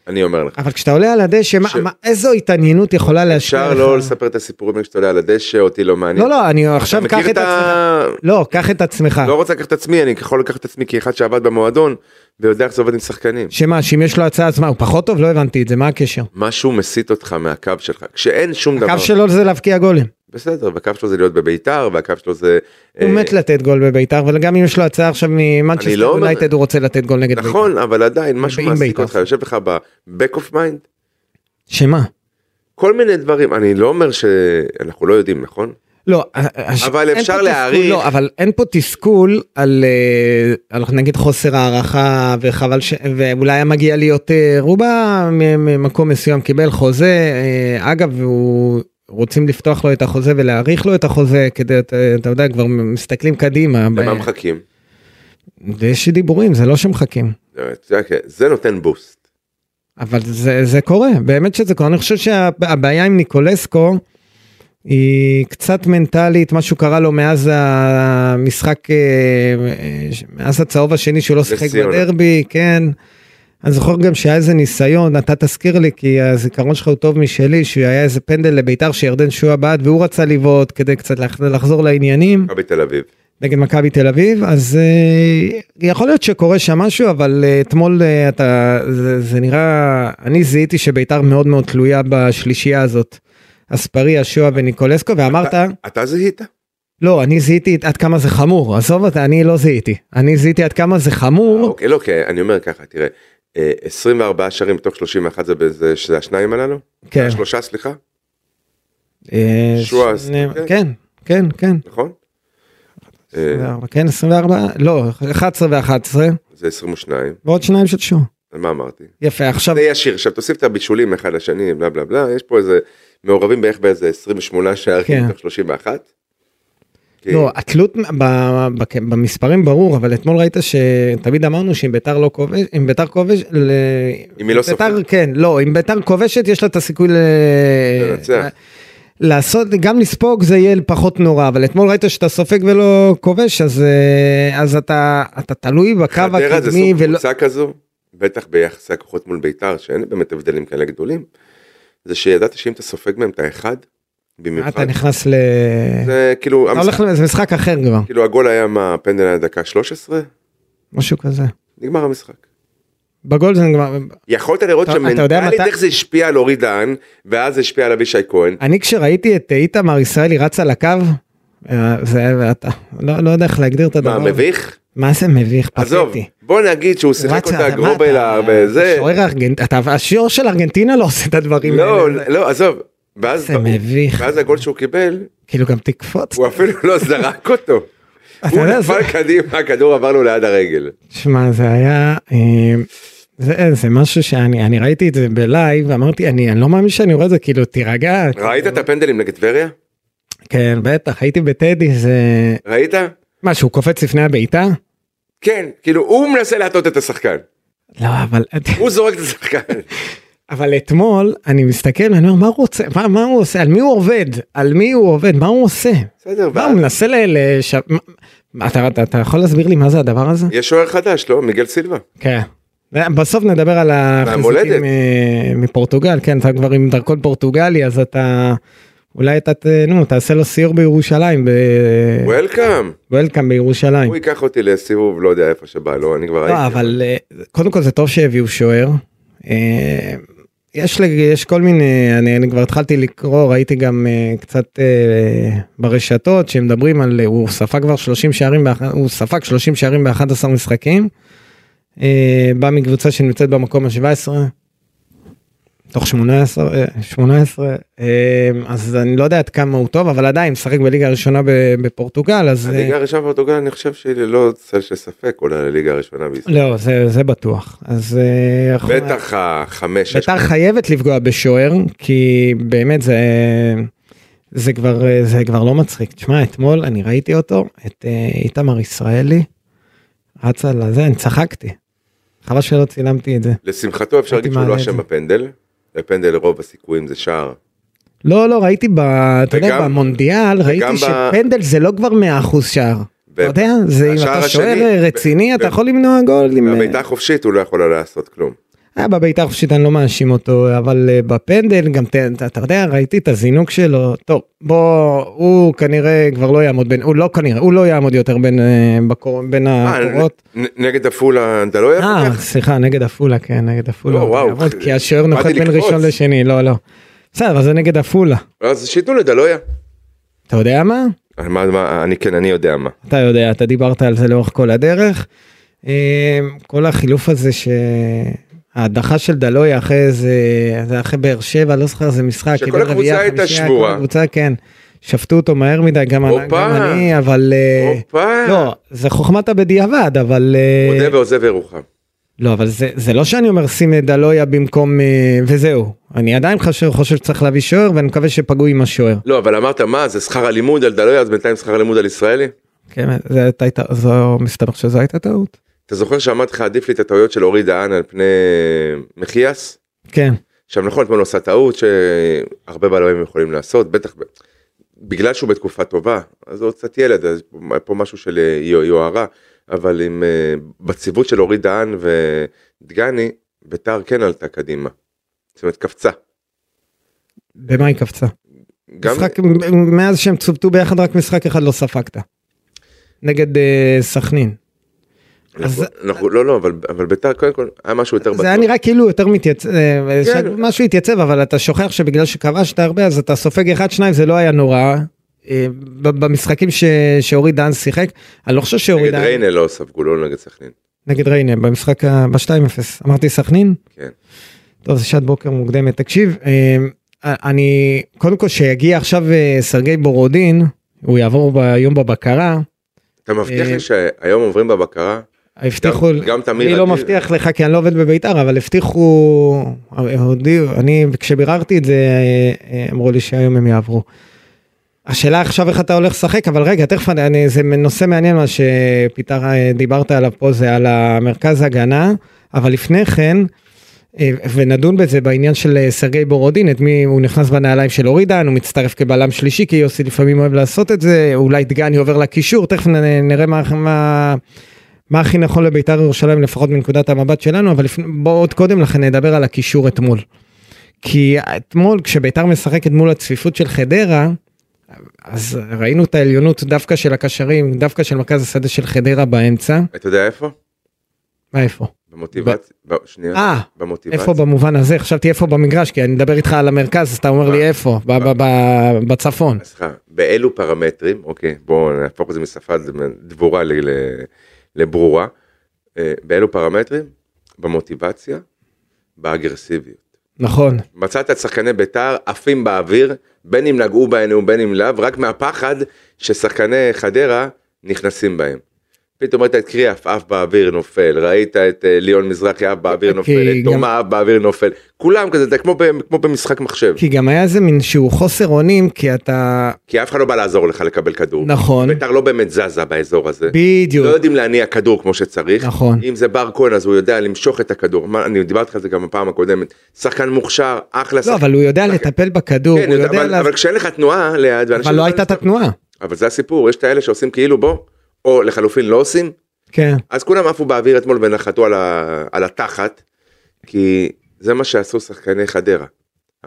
[SPEAKER 3] אני אומר לך.
[SPEAKER 2] אבל כשאתה עולה על הדשא, מה-
[SPEAKER 3] ש-
[SPEAKER 2] מה- איזו התעניינות יכולה להשפיע לך?
[SPEAKER 3] אפשר לא לספר את הסיפורים כשאתה עולה על הדשא, אותי לא מעניין.
[SPEAKER 2] כן, נכון. לא, לא, אני עכשיו
[SPEAKER 3] אתה
[SPEAKER 2] קח
[SPEAKER 3] מכיר
[SPEAKER 2] את עצמך.
[SPEAKER 3] ה-
[SPEAKER 2] לא, קח את עצמך.
[SPEAKER 3] לא רוצה לקחת את עצמי, אני יכול לקחת את עצמי כאחד שעבד במועדון ויודע איך זה עובד עם שחקנים.
[SPEAKER 2] שמה, שאם יש לו הצעה, אז מה, הוא פחות טוב? לא הבנתי את זה, מה הקשר?
[SPEAKER 3] משהו מסיט אותך מהקו שלך, כשאין שום דבר.
[SPEAKER 2] הקו שלו זה להבקיע גולים.
[SPEAKER 3] בסדר, והקו שלו זה להיות בביתר, והקו שלו זה...
[SPEAKER 2] הוא
[SPEAKER 3] אה,
[SPEAKER 2] מת לתת גול בביתר, אבל גם אם יש לו הצעה עכשיו
[SPEAKER 3] אני
[SPEAKER 2] ממנצ'סטר
[SPEAKER 3] לא אומר-
[SPEAKER 2] יונייטד, הוא רוצה לתת גול נגד ביתר.
[SPEAKER 3] נכון, אבל עדיין משהו
[SPEAKER 2] עם
[SPEAKER 3] מעסיק
[SPEAKER 2] ביתר.
[SPEAKER 3] אותך, יושב לך ב-back of mind,
[SPEAKER 2] שמה?
[SPEAKER 3] כל מיני דברים, אני לא אומר שאנחנו לא יודעים, נכון?
[SPEAKER 2] לא, ה- ה-
[SPEAKER 3] אבל
[SPEAKER 2] אין
[SPEAKER 3] אפשר
[SPEAKER 2] פה תסכול-
[SPEAKER 3] להעריך-
[SPEAKER 2] לא, אבל אין פה תסכול על, אה, על נגיד חוסר הערכה וחבל ש... ואולי היה מגיע לי יותר, הוא בא מ- ממקום מסוים, קיבל חוזה, אה, אגב, הוא... רוצים לפתוח לו את החוזה ולהאריך לו את החוזה כדי, אתה- אתה יודע, כבר מסתכלים קדימה. ב-
[SPEAKER 3] למה מחכים?
[SPEAKER 2] יש דיבורים, זה לא שמחכים.
[SPEAKER 3] אה, אתה יודע, כן, זה נותן בוסט.
[SPEAKER 2] אבל זה, זה קורה, באמת שזה קורה. אני חושב שהבעיה עם ניקולסקו היא קצת מנטלית, משהו קרה לו מאז המשחק, אה, אה, ש- מאז הצהוב השני שהוא לא שיחק
[SPEAKER 3] לציונה.
[SPEAKER 2] בדרבי, כן. אני זוכר גם שהיה איזה ניסיון, אתה תזכיר לי כי הזיכרון שלך הוא טוב משלי, שהיה איזה פנדל לביתר שירדן שועה בעט והוא רצה לבעוט כדי קצת לח- לחזור לעניינים.
[SPEAKER 3] מכבי תל אביב.
[SPEAKER 2] נגד מכבי תל אביב, אז אה, יכול להיות שקורה שם משהו, אבל אה, אתמול אה, אתה, זה, זה נראה, אני זיהיתי שביתר מאוד מאוד תלויה בשלישייה הזאת. אספריה, שואה וניקולסקו, ואמרת,
[SPEAKER 3] אתה- אתה זיהית?
[SPEAKER 2] לא, אני זיהיתי עד כמה זה חמור, עזוב אותה, אני לא זיהיתי. אני זיהיתי עד כמה זה חמור,
[SPEAKER 3] אוקיי, לא, כי אני אומר ככה, תראה, אה, 24 שערים מתוך 31 זה בזה- שזה השניים הללו?
[SPEAKER 2] כן.
[SPEAKER 3] השלושה, סליחה,
[SPEAKER 2] אה,
[SPEAKER 3] שועה,
[SPEAKER 2] שני-
[SPEAKER 3] אוקיי.
[SPEAKER 2] כן, כן, כן,
[SPEAKER 3] נכון? אה,
[SPEAKER 2] 24, כן, 24, לא, 11 ו-11,
[SPEAKER 3] זה 22,
[SPEAKER 2] ועוד שניים של שואה.
[SPEAKER 3] אז מה אמרתי?
[SPEAKER 2] יפה, עכשיו,
[SPEAKER 3] זה ישיר, עכשיו תוסיף את הבישולים אחד לשני, בלה בלה בלה, יש פה איזה, מעורבים בערך באיזה 28 שערים
[SPEAKER 2] כן.
[SPEAKER 3] מתוך 31. כי-
[SPEAKER 2] לא, התלות ב- ב- במספרים ברור, אבל אתמול ראית שתמיד אמרנו שאם ביתר לא כובש, אם ביתר כובש, ל-
[SPEAKER 3] אם היא לא
[SPEAKER 2] ביתר-
[SPEAKER 3] סופרת.
[SPEAKER 2] כן, לא, אם ביתר כובשת יש לה את הסיכוי ל- אה,
[SPEAKER 3] לנצח.
[SPEAKER 2] לעשות, גם לספוג זה יהיה פחות נורא, אבל אתמול ראית שאתה סופג ולא כובש, אז, אה, אז אתה, אתה תלוי בקו
[SPEAKER 3] חדרה זה
[SPEAKER 2] הקדמי,
[SPEAKER 3] סוג
[SPEAKER 2] ולא,
[SPEAKER 3] קבוצה כזו, בטח ביחסי הכוחות מול ביתר, שאין באמת הבדלים כאלה גדולים, זה שידעת שאם אתה סופג מהם את האחד,
[SPEAKER 2] אה, אתה
[SPEAKER 3] במיוחד,
[SPEAKER 2] נכנס ל...
[SPEAKER 3] זה כאילו,
[SPEAKER 2] אתה
[SPEAKER 3] המשחק-
[SPEAKER 2] הולך, ל- זה משחק אחר כבר,
[SPEAKER 3] כאילו הגול היה מה, הפנדל היה דקה 13,
[SPEAKER 2] משהו כזה.
[SPEAKER 3] נגמר המשחק.
[SPEAKER 2] בגול זה נגמר,
[SPEAKER 3] יכולת לראות
[SPEAKER 2] טוב, אתה יודע
[SPEAKER 3] שמנטלית
[SPEAKER 2] מתי- אה,
[SPEAKER 3] איך זה השפיע על אורי דהן, ואז זה השפיע על אבישי כהן.
[SPEAKER 2] אני כשראיתי את איתמר ישראלי רץ על הקו, אה, זה ואתה, לא, לא יודע איך להגדיר את הדבר.
[SPEAKER 3] מה,
[SPEAKER 2] הזה.
[SPEAKER 3] מביך?
[SPEAKER 2] מה זה מביך?
[SPEAKER 3] עזוב,
[SPEAKER 2] פתטי.
[SPEAKER 3] בוא נגיד שהוא שיחק
[SPEAKER 2] רץ על-
[SPEAKER 3] אותה
[SPEAKER 2] מה,
[SPEAKER 3] גרובל
[SPEAKER 2] אתה-
[SPEAKER 3] הרבה, זה,
[SPEAKER 2] שוער ארגנט- אתה- השוער של ארגנטינה לא עושה את הדברים
[SPEAKER 3] לא,
[SPEAKER 2] האלה.
[SPEAKER 3] לא, עזוב, ואז
[SPEAKER 2] זה מביך.
[SPEAKER 3] ואז הגול שהוא קיבל,
[SPEAKER 2] כאילו גם תקפוץ.
[SPEAKER 3] הוא אפילו לא זרק אותו.
[SPEAKER 2] אתה
[SPEAKER 3] הוא
[SPEAKER 2] יודע, זה-
[SPEAKER 3] נפל קדימה, הכדור עבר לו ליד הרגל.
[SPEAKER 2] שמע, זה היה... אה, זה, זה משהו שאני אני ראיתי את זה בלייב, אמרתי, אני, אני לא מאמין שאני רואה את זה, כאילו, תירגע.
[SPEAKER 3] ראית את הפנדלים נגד טבריה?
[SPEAKER 2] כן, בטח, הייתי בטדי, זה...
[SPEAKER 3] ראית?
[SPEAKER 2] מה, שהוא קופץ לפני הבעיטה?
[SPEAKER 3] כן, כאילו הוא מנסה להטות את השחקן,
[SPEAKER 2] לא, אבל...
[SPEAKER 3] הוא זורק את השחקן.
[SPEAKER 2] אבל אתמול אני מסתכל ואני אומר מה הוא רוצה מה, מה הוא עושה על מי הוא עובד על מי הוא עובד מה הוא עושה
[SPEAKER 3] בסדר,
[SPEAKER 2] מה
[SPEAKER 3] ואז-
[SPEAKER 2] הוא מנסה ל... לש... מה- מה, אתה, אתה, אתה יכול להסביר לי מה זה הדבר הזה?
[SPEAKER 3] יש שוער חדש, לא? מיגל סילבה.
[SPEAKER 2] כן. בסוף נדבר על
[SPEAKER 3] מהמולדת.
[SPEAKER 2] החזיקים אה, מפורטוגל כן אתה כבר עם דרכון פורטוגלי אז אתה אולי אתה, ת- נו, תעשה לו סיור בירושלים, ב... כן.
[SPEAKER 3] וולקאם.
[SPEAKER 2] וולקאם בירושלים.
[SPEAKER 3] הוא ייקח אותי לסיבוב לא יודע איפה שבא לו אני כבר
[SPEAKER 2] לא,
[SPEAKER 3] הייתי.
[SPEAKER 2] אבל אה, קודם כל זה טוב שהביאו שוער. אה, יש, לג- יש כל מיני, אני, אני כבר התחלתי לקרוא, ראיתי גם אה, קצת אה, ברשתות שמדברים על, אה, הוא ספג כבר 30 שערים, באח- הוא ספג 30 שערים ב-11 משחקים. אה, בא מקבוצה שנמצאת במקום ה-17. תוך 18, אה, 18, אה, אז אני לא יודע עד כמה הוא טוב, אבל עדיין משחק בליגה הראשונה ב- בפורטוגל, אז... אה,
[SPEAKER 3] הליגה הראשונה בפורטוגל אני חושב שללא צל של ספק עולה לליגה הראשונה בישראל.
[SPEAKER 2] לא, זה, זה בטוח. אז... אה, אנחנו-
[SPEAKER 3] בטח החמש. שש-
[SPEAKER 2] ביתר חייבת לפגוע בשוער, כי באמת זה... זה כבר, אה, זה כבר לא מצחיק. תשמע, אתמול אני ראיתי אותו, את אה, איתמר ישראלי, רץ על הזה, אני צחקתי. חבל שלא צילמתי את זה.
[SPEAKER 3] לשמחתו אפשר
[SPEAKER 2] הייתי
[SPEAKER 3] להגיד שהוא לא
[SPEAKER 2] מעלה את
[SPEAKER 3] אשם
[SPEAKER 2] זה.
[SPEAKER 3] בפנדל. בפנדל רוב הסיכויים זה שער.
[SPEAKER 2] לא, לא, ראיתי ב... אתה יודע,
[SPEAKER 3] וגם-
[SPEAKER 2] במונדיאל, ראיתי
[SPEAKER 3] ב-
[SPEAKER 2] שפנדל זה לא כבר 100% שער.
[SPEAKER 3] ו-
[SPEAKER 2] אתה יודע, זה אם
[SPEAKER 3] השער
[SPEAKER 2] אתה שוער
[SPEAKER 3] השני-
[SPEAKER 2] רציני,
[SPEAKER 3] ו-
[SPEAKER 2] אתה
[SPEAKER 3] ו-
[SPEAKER 2] יכול למנוע גול. עם- אה,
[SPEAKER 3] בביתה חופשית הוא לא יכול היה לעשות כלום.
[SPEAKER 2] היה בביתר חופשית אני לא מאשים אותו אבל אה, בפנדל גם ת- אתה אתה יודע ראיתי את הזינוק שלו טוב בוא הוא כנראה כבר לא יעמוד בין הוא לא כנראה הוא לא יעמוד יותר בין אה, בקור, בין
[SPEAKER 3] אה,
[SPEAKER 2] הקורות.
[SPEAKER 3] נ- נגד עפולה אתה לא היה
[SPEAKER 2] אה
[SPEAKER 3] פותח?
[SPEAKER 2] סליחה נגד עפולה כן נגד עפולה.
[SPEAKER 3] לא,
[SPEAKER 2] הוא
[SPEAKER 3] וואו,
[SPEAKER 2] יעמוד,
[SPEAKER 3] אחי,
[SPEAKER 2] כי השוער
[SPEAKER 3] באתי
[SPEAKER 2] נוחת בין
[SPEAKER 3] לקפוץ.
[SPEAKER 2] ראשון לשני לא לא. בסדר אבל זה נגד עפולה
[SPEAKER 3] אז שייתנו לדלויה.
[SPEAKER 2] אתה יודע מה?
[SPEAKER 3] אה, מה- מה- אני כן אני יודע מה.
[SPEAKER 2] אתה יודע, אתה דיברת על זה לאורך כל הדרך. אה, כל החילוף הזה ש... ההדחה של דלויה אחרי איזה, זה אחרי באר שבע, לא זוכר איזה משחק.
[SPEAKER 3] שכל
[SPEAKER 2] קיבל
[SPEAKER 3] הקבוצה
[SPEAKER 2] רביעייה,
[SPEAKER 3] הייתה
[SPEAKER 2] חמישייה,
[SPEAKER 3] שבורה.
[SPEAKER 2] כל הקבוצה, כן. שפטו אותו מהר מדי, גם, אני,
[SPEAKER 3] הופה.
[SPEAKER 2] גם אני, אבל... אה,
[SPEAKER 3] הופה.
[SPEAKER 2] לא, זה חוכמת הבדיעבד, אבל... אה,
[SPEAKER 3] מודה ועוזב ירוחם.
[SPEAKER 2] לא, אבל זה, זה לא שאני אומר שים את דלויה במקום... אה, וזהו. אני עדיין חושב, חושב שצריך להביא שוער, ואני מקווה שפגעו עם השוער.
[SPEAKER 3] לא אבל אמרת מה זה שכר הלימוד על דלויה אז בינתיים שכר הלימוד על ישראלי?
[SPEAKER 2] כן, זה הייתה, זו, מסתבר שזו הייתה טעות.
[SPEAKER 3] אתה זוכר שאמרתי לך עדיף לי את הטעויות של אורי דהן על פני אה, מחיאס?
[SPEAKER 2] כן.
[SPEAKER 3] עכשיו נכון אתמול הוא עשה טעות שהרבה בעלמים יכולים לעשות בטח ב- בגלל שהוא בתקופה טובה אז הוא עוד קצת ילד אז פה משהו של אה, יו- יוהרה אבל עם אה, בציוות של אורי דהן ודגני ביתר כן עלתה קדימה. זאת אומרת קפצה.
[SPEAKER 2] במה היא קפצה?
[SPEAKER 3] גם
[SPEAKER 2] משחק, מאז שהם צוותו ביחד רק משחק אחד לא ספגת. נגד אה, סכנין. אז-
[SPEAKER 3] אנחנו- אנחנו לא לא אבל אבל ביתר קודם כל היה משהו יותר
[SPEAKER 2] זה היה
[SPEAKER 3] לא בטוח.
[SPEAKER 2] נראה כאילו יותר מתייצב,
[SPEAKER 3] כן.
[SPEAKER 2] משהו התייצב אבל אתה שוכח שבגלל שכבשת הרבה אז אתה סופג אחד שניים זה לא היה נורא. אה, ב- במשחקים ש- שאורי דן שיחק, אני לא חושב שאורי
[SPEAKER 3] נגד
[SPEAKER 2] דן,
[SPEAKER 3] ריינה לא ספגו לא נגד סכנין.
[SPEAKER 2] נגד ריינה, במשחק ב-2-0, אמרתי סכנין?
[SPEAKER 3] כן.
[SPEAKER 2] טוב, זה שעת בוקר מוקדמת. תקשיב, אה, אני, קודם כל שיגיע עכשיו אה, סרגי בורודין, הוא יעבור היום בבקרה,
[SPEAKER 3] אתה מבטיח
[SPEAKER 2] אה,
[SPEAKER 3] לי שהיום עוברים בבקרה?
[SPEAKER 2] הבטיחו,
[SPEAKER 3] גם- גם תמיר
[SPEAKER 2] אני לא
[SPEAKER 3] אדיר.
[SPEAKER 2] מבטיח לך כי אני לא עובד בביתר אבל הבטיחו, הודיעו, אני כשביררתי את זה אה, אה, אמרו לי שהיום הם יעברו. השאלה עכשיו איך אתה הולך לשחק אבל רגע תכף אני, אני זה נושא מעניין מה שפיתר אה, דיברת עליו פה זה על המרכז הגנה אבל לפני כן אה, ונדון בזה בעניין של אה, סרגי בורודין את מי הוא נכנס בנעליים של אורידן הוא מצטרף כבלם שלישי כי יוסי לפעמים אוהב לעשות את זה אולי דגני עובר לקישור תכף נ- נראה מה, מה מה הכי נכון לביתר ירושלים לפחות מנקודת המבט שלנו אבל לפני, בוא עוד קודם לכן נדבר על הקישור אתמול. כי אתמול כשביתר משחקת מול הצפיפות של חדרה אז ראינו את העליונות דווקא של הקשרים דווקא של מרכז השדה של חדרה באמצע
[SPEAKER 3] אתה יודע איפה?
[SPEAKER 2] מה איפה
[SPEAKER 3] במוטיבציה. ב- שנייה.
[SPEAKER 2] אה,
[SPEAKER 3] במוטיבציה.
[SPEAKER 2] איפה במובן הזה חשבתי איפה במגרש כי אני מדבר איתך על המרכז אז אתה אומר לי איפה ב- ב- ב- בצפון
[SPEAKER 3] אז סליחה, באילו פרמטרים, אוקיי, בואו נהפוך את זה משפה דבורה ל- ל- לברורה, אה, באילו פרמטרים? במוטיבציה, באגרסיביות.
[SPEAKER 2] נכון
[SPEAKER 3] מצאת את שחקני בית"ר עפים באוויר, בין אם נגעו בהם ובין אם לאו, רק מהפחד ששחקני חדרה נכנסים בהם. פתאום ראית את קרי עפעף באוויר נופל, ראית את אה, ליאון מזרחי עף באוויר
[SPEAKER 2] כי
[SPEAKER 3] נופל, את
[SPEAKER 2] גם-
[SPEAKER 3] תומה עף באוויר נופל, כולם כזה, זה כמו ב- כמו במשחק מחשב,
[SPEAKER 2] כי גם היה איזה מין שהוא חוסר אונים כי אתה
[SPEAKER 3] כי אף אחד לא בא לעזור לך לקבל כדור.
[SPEAKER 2] נכון
[SPEAKER 3] ביתר לא באמת זזה באזור הזה.
[SPEAKER 2] בדיוק
[SPEAKER 3] לא יודעים להניע כדור כמו שצריך.
[SPEAKER 2] נכון.
[SPEAKER 3] אם זה בר כהן אז הוא יודע למשוך את הכדור. מה, אני דיברתי על זה גם בפעם הקודמת. שחקן מוכשר, אחלה
[SPEAKER 2] לא,
[SPEAKER 3] שחקן.
[SPEAKER 2] אבל הוא יודע לטפל בכדור,
[SPEAKER 3] כן,
[SPEAKER 2] הוא יודע
[SPEAKER 3] אבל,
[SPEAKER 2] לה...
[SPEAKER 3] אבל כשאין לך תנועה ליד, ואנשים
[SPEAKER 2] אבל לא
[SPEAKER 3] יודעים-
[SPEAKER 2] הייתה את התנועה.
[SPEAKER 3] אבל זה הסיפור, יש את האלה שעושים כאילו בוא, או לחלופין לא עושים,
[SPEAKER 2] כן.
[SPEAKER 3] אז כולם עפו באוויר אתמול ונחתו על, ה... על התחת, כי זה מה שעשו שחקני חדרה.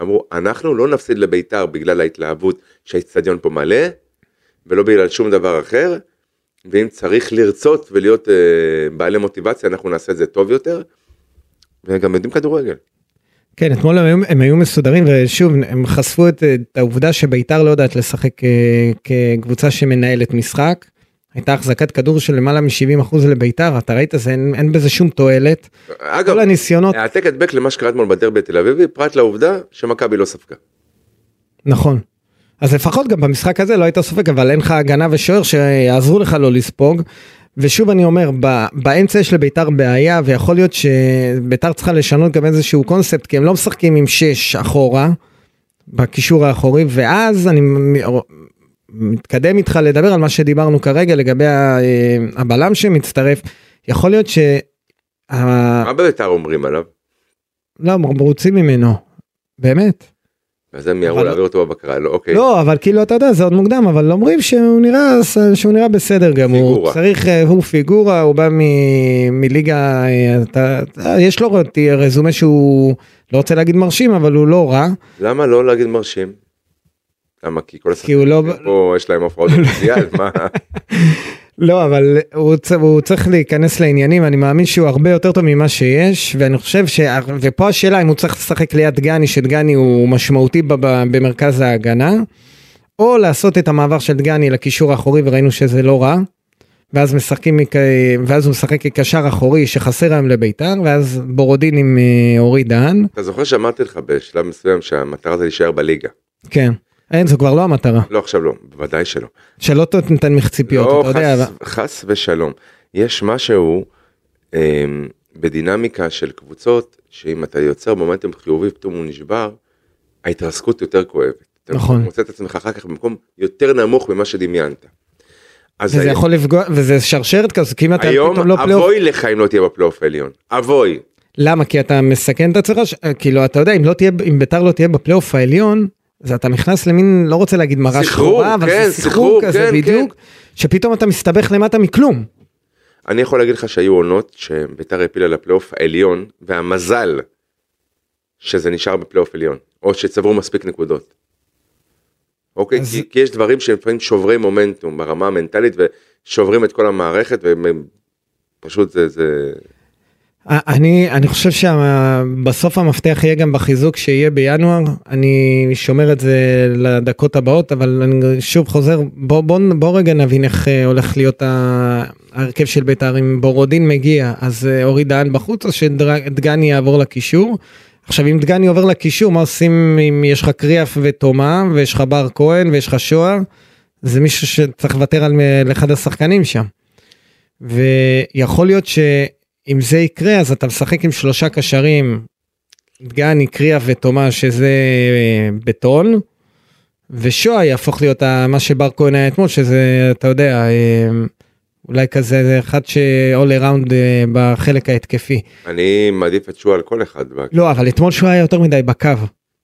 [SPEAKER 3] אמרו, אנחנו לא נפסיד לביתר בגלל ההתלהבות שהאיצטדיון פה מלא, ולא בגלל שום דבר אחר, ואם צריך לרצות ולהיות אה, בעלי מוטיבציה, אנחנו נעשה את זה טוב יותר, וגם יודעים כדורגל.
[SPEAKER 2] כן, אתמול הם היו, הם היו מסודרים, ושוב, הם חשפו את, את העובדה שביתר לא יודעת לשחק אה, כקבוצה שמנהלת משחק. הייתה החזקת כדור של למעלה מ-70% לביתר, אתה ראית זה, אין, אין בזה שום תועלת.
[SPEAKER 3] אגב,
[SPEAKER 2] כל הניסיונות,
[SPEAKER 3] העתק הדבק למה שקרה אתמול בדרבי התל אביבי, פרט לעובדה שמכבי לא ספגה.
[SPEAKER 2] אה. נכון. אז לפחות גם במשחק הזה לא היית סופג, אבל אין לך הגנה ושוער שיעזרו לך לא לספוג. ושוב אני אומר, ב- באמצע יש לביתר בעיה, ויכול להיות שביתר צריכה לשנות גם איזשהו קונספט, כי הם לא משחקים עם 6 אחורה, בקישור האחורי, ואז אני מ- מתקדם איתך לדבר על מה שדיברנו כרגע לגבי ה- אה, הבלם שמצטרף. יכול להיות ש... ה-
[SPEAKER 3] מה בביתר אומרים עליו?
[SPEAKER 2] לא, הם מרוצים ממנו. באמת.
[SPEAKER 3] אז הם יראו
[SPEAKER 2] אבל-
[SPEAKER 3] להעביר אותו בבקרה, לא, אוקיי.
[SPEAKER 2] לא, אבל כאילו, אתה יודע, זה עוד מוקדם, אבל אומרים שהוא נראה, שהוא נראה בסדר גמור.
[SPEAKER 3] פיגורה.
[SPEAKER 2] צריך, אה, הוא פיגורה, הוא בא מ, מליגה, אה, אתה, אה, יש לו רת- רזומה שהוא, לא רוצה להגיד מרשים, אבל הוא לא רע,
[SPEAKER 3] למה לא להגיד מרשים? למה? כי כל
[SPEAKER 2] כי
[SPEAKER 3] השחקנים
[SPEAKER 2] הוא לא...
[SPEAKER 3] פה יש להם הפרעות במונדיאל, מה?
[SPEAKER 2] לא, אבל הוא, צ- הוא צריך להיכנס לעניינים, אני מאמין שהוא הרבה יותר טוב ממה שיש, ואני חושב ש... ופה השאלה אם הוא צריך לשחק ליד דגני, שדגני הוא משמעותי ב- ב- במרכז ההגנה, או לעשות את המעבר של דגני לקישור האחורי, וראינו שזה לא רע, ואז משחקים, מכ- ואז הוא משחק כקשר אחורי שחסר היום לביתר, ואז בורודין עם אה, אורי דהן,
[SPEAKER 3] אתה זוכר שאמרתי לך בשלב מסוים שהמטרה זה להישאר בליגה.
[SPEAKER 2] כן. אין, זו כבר לא המטרה,
[SPEAKER 3] לא, עכשיו לא, בוודאי שלא.
[SPEAKER 2] שלא תתן מחציפיות,
[SPEAKER 3] לא,
[SPEAKER 2] אתה יודע,
[SPEAKER 3] חס, חס ושלום. יש משהו אמ, בדינמיקה של קבוצות, שאם אתה יוצר מומנטום חיובי, פתאום הוא נשבר, ההתרסקות יותר כואבת. אתה
[SPEAKER 2] נכון.
[SPEAKER 3] מוצא את עצמך אחר כך במקום יותר נמוך ממה שדמיינת. אז
[SPEAKER 2] וזה
[SPEAKER 3] היום-
[SPEAKER 2] יכול לפגוע, וזה שרשרת כזו, כי אם אתה פתאום
[SPEAKER 3] היום
[SPEAKER 2] לא פלייאוף
[SPEAKER 3] אבוי לך אם לא תהיה בפלייאוף העליון. אבוי.
[SPEAKER 2] למה? כי אתה מסכן את עצמך, ש- כאילו אתה יודע, אם לא תהיה, אם ביתר לא תהיה בפלייאוף העליון, אז אתה נכנס למין, לא רוצה להגיד מרה
[SPEAKER 3] סחרור,
[SPEAKER 2] שחורה, אבל
[SPEAKER 3] כן,
[SPEAKER 2] זה סחרור
[SPEAKER 3] סחרור,
[SPEAKER 2] כזה
[SPEAKER 3] כן,
[SPEAKER 2] בדיוק, שפתאום אתה מסתבך למטה מכלום.
[SPEAKER 3] אני יכול להגיד לך שהיו עונות שביתר העפילה לפלייאוף העליון, והמזל שזה נשאר בפלייאוף עליון, או שצברו מספיק נקודות. אוקיי?
[SPEAKER 2] אז-
[SPEAKER 3] אז... כי, כי יש דברים שהם לפעמים שוברי מומנטום ברמה המנטלית, ושוברים את כל המערכת, והם הם- פשוט זה, זה...
[SPEAKER 2] א- אני, אני חושב שבסוף המפתח יהיה גם בחיזוק שיהיה בינואר, אני שומר את זה לדקות הבאות, אבל אני שוב חוזר, בוא, בוא, בוא רגע נבין איך אה, הולך להיות ה- ההרכב של בית"ר, אם בורודין מגיע, אז אה, אורי דהן בחוץ, או שדגני יעבור לקישור? עכשיו אם דגני עובר לקישור, מה עושים אם יש לך קריאף ותומה, ויש לך בר כהן, ויש לך שואה? זה מישהו שצריך לוותר על, על אחד השחקנים שם. ויכול להיות שאם זה יקרה אז אתה משחק עם שלושה קשרים, דגני, קריאף ותומה שזה אה, בטון, ושואה יהפוך להיות ה- מה שבר כהן היה אתמול שזה אתה יודע אה, אולי כזה זה אחד שאול אראונד בחלק ההתקפי.
[SPEAKER 3] אני מעדיף את שועה על כל אחד.
[SPEAKER 2] לא אבל אתמול שהוא היה יותר מדי בקו.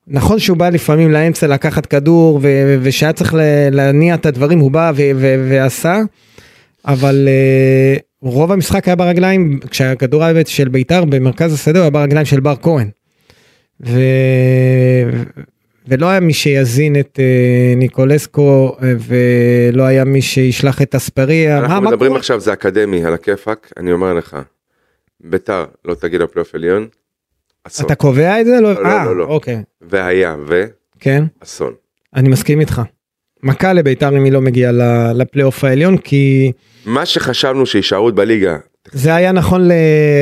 [SPEAKER 2] נכון שהוא בא לפעמים לאמצע לקחת כדור ו- ושהיה צריך ל- להניע את הדברים הוא בא ו- ו- ועשה אבל אה, רוב המשחק היה ברגליים כשהכדור היה בעצם של בית"ר במרכז השדה הוא היה ברגליים של בר כהן. ו... ולא היה מי שיזין את אה, ניקולסקו אה, ולא היה מי שישלח את אספריה. מה-
[SPEAKER 3] אנחנו
[SPEAKER 2] מה
[SPEAKER 3] מדברים
[SPEAKER 2] קורה?
[SPEAKER 3] עכשיו, זה אקדמי, על הכיפאק, אני אומר לך, ביתר לא תגיד לפלייאוף עליון, אסון.
[SPEAKER 2] אתה קובע את זה? לא,
[SPEAKER 3] לא,
[SPEAKER 2] אה,
[SPEAKER 3] לא, לא.
[SPEAKER 2] אוקיי,
[SPEAKER 3] והיה,
[SPEAKER 2] כן.
[SPEAKER 3] ואסון.
[SPEAKER 2] אני מסכים איתך. מכה לביתר אם היא לא מגיעה ל- לפלייאוף העליון כי
[SPEAKER 3] מה שחשבנו שהישארות בליגה,
[SPEAKER 2] זה היה נכון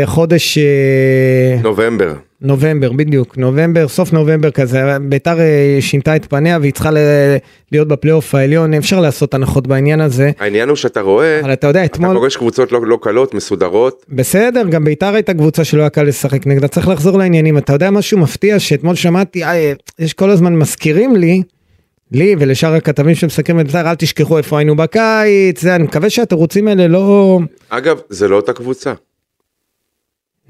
[SPEAKER 2] לחודש אה,
[SPEAKER 3] נובמבר,
[SPEAKER 2] נובמבר בדיוק נובמבר סוף נובמבר כזה ביתר אה, שינתה את פניה והיא צריכה ל- להיות בפלייאוף העליון אפשר לעשות הנחות בעניין הזה
[SPEAKER 3] העניין הוא שאתה רואה,
[SPEAKER 2] אבל אתה יודע
[SPEAKER 3] אתה
[SPEAKER 2] אתמול
[SPEAKER 3] פוגש קבוצות לא, לא קלות, מסודרות,
[SPEAKER 2] בסדר, גם ביתר הייתה קבוצה שלא היה קל לשחק נגדה, צריך לחזור לעניינים. אתה יודע משהו מפתיע שאתמול שמעתי, אה, יש כל הזמן מזכירים לי, לי ולשאר הכתבים שמסקרים את ביתר, אל תשכחו איפה היינו בקיץ, זה, אני מקווה שהתירוצים האלה לא...
[SPEAKER 3] אגב, זה לא אותה קבוצה,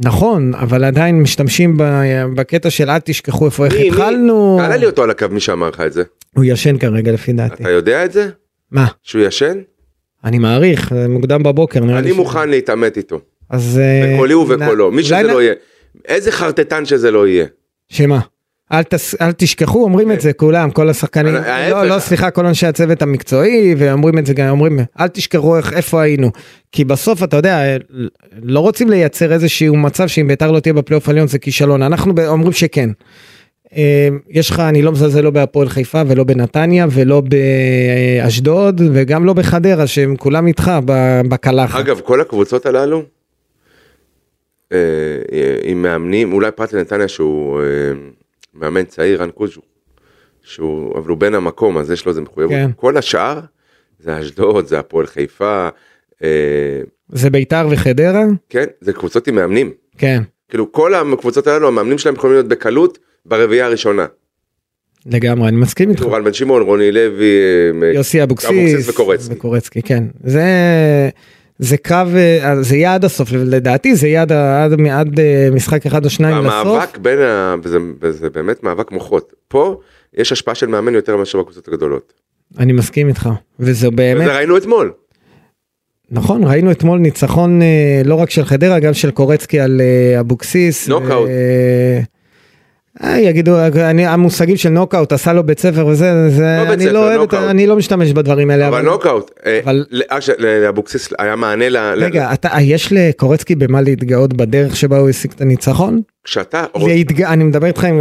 [SPEAKER 3] נכון,
[SPEAKER 2] נכון, אבל עדיין משתמשים ב- בקטע של אל תשכחו איפה, איך
[SPEAKER 3] מי, מי?
[SPEAKER 2] התחלנו,
[SPEAKER 3] תעלה לי אותו על הקו, מי שאמר לך את זה,
[SPEAKER 2] הוא ישן כרגע לפי דעתי.
[SPEAKER 3] אתה יודע את זה?
[SPEAKER 2] מה,
[SPEAKER 3] שהוא ישן?
[SPEAKER 2] אני מעריך, זה מוקדם בבוקר נראה לי.
[SPEAKER 3] אני
[SPEAKER 2] ש-
[SPEAKER 3] מוכן להתעמת איתו,
[SPEAKER 2] אז... אה,
[SPEAKER 3] בקולי
[SPEAKER 2] נא-
[SPEAKER 3] ובקולו, מי
[SPEAKER 2] אולי
[SPEAKER 3] שזה
[SPEAKER 2] נ-
[SPEAKER 3] לא יהיה, איזה חרטטן שזה לא יהיה,
[SPEAKER 2] שמה? אל, תס... אל תשכחו, אומרים את זה כולם, כל השחקנים,
[SPEAKER 3] אה,
[SPEAKER 2] לא,
[SPEAKER 3] ההפך.
[SPEAKER 2] לא, סליחה, כל אנשי הצוות המקצועי, ואומרים את זה גם, אומרים, אל תשכחו איך, איפה היינו. כי בסוף, אתה יודע, לא רוצים לייצר איזשהו מצב שאם ביתר לא תהיה בפלייאוף העליון זה כישלון, אנחנו ב- אומרים שכן. אה, יש לך, אני לא מזלזל לא בהפועל חיפה ולא בנתניה ולא באשדוד וגם לא בחדרה, שהם כולם איתך ב- בקלחת.
[SPEAKER 3] אגב, כל הקבוצות הללו, אה, אה, עם מאמנים, אולי פרט לנתניה שהוא אה, מאמן צעיר, רן קוז'ו, שהוא, אבל הוא בן המקום, אז יש לו איזה מחויבות.
[SPEAKER 2] כן.
[SPEAKER 3] כל השאר, זה אשדוד, זה הפועל חיפה, אה,
[SPEAKER 2] זה ביתר וחדרה?
[SPEAKER 3] כן, זה קבוצות עם מאמנים.
[SPEAKER 2] כן,
[SPEAKER 3] כאילו כל הקבוצות הללו, המאמנים שלהם יכולים להיות בקלות ברביעייה הראשונה.
[SPEAKER 2] לגמרי, אני מסכים איתך.
[SPEAKER 3] רן בן שמעון, רוני לוי, אה,
[SPEAKER 2] נכון. יוסי אבוקסיס
[SPEAKER 3] אבוקסיס וקורצקי.
[SPEAKER 2] וקורצקי, כן. זה, זה קרב, אה, זה יהיה עד הסוף, לדעתי זה יהיה עד, ה- עד, עד אה, משחק אחד או שניים לסוף.
[SPEAKER 3] המאבק בין ה... וזה, וזה באמת מאבק מוחות. פה יש השפעה של מאמן יותר מאשר בקבוצות הגדולות.
[SPEAKER 2] אני מסכים איתך, וזה באמת,
[SPEAKER 3] וזה ראינו אתמול.
[SPEAKER 2] נכון, ראינו אתמול ניצחון אה, לא רק של חדרה, גם של קורצקי על אה, אבוקסיס.
[SPEAKER 3] נוקאוט.
[SPEAKER 2] אה, אה, יגידו, אני, המושגים של נוקאוט עשה לו בית ספר וזה, זה,
[SPEAKER 3] לא בית
[SPEAKER 2] אני
[SPEAKER 3] ספר,
[SPEAKER 2] לא אוהב את,
[SPEAKER 3] נוקאוט.
[SPEAKER 2] אני לא משתמש בדברים האלה.
[SPEAKER 3] אבל נוקאוט. אה,
[SPEAKER 2] אבל-
[SPEAKER 3] לאש- לאבוקסיס היה מענה ל... ל-
[SPEAKER 2] רגע, אתה, אה, יש לקורצקי במה להתגאות בדרך שבה הוא השיג את הניצחון?
[SPEAKER 3] כשאתה...
[SPEAKER 2] להתג... אני מדבר איתך אם,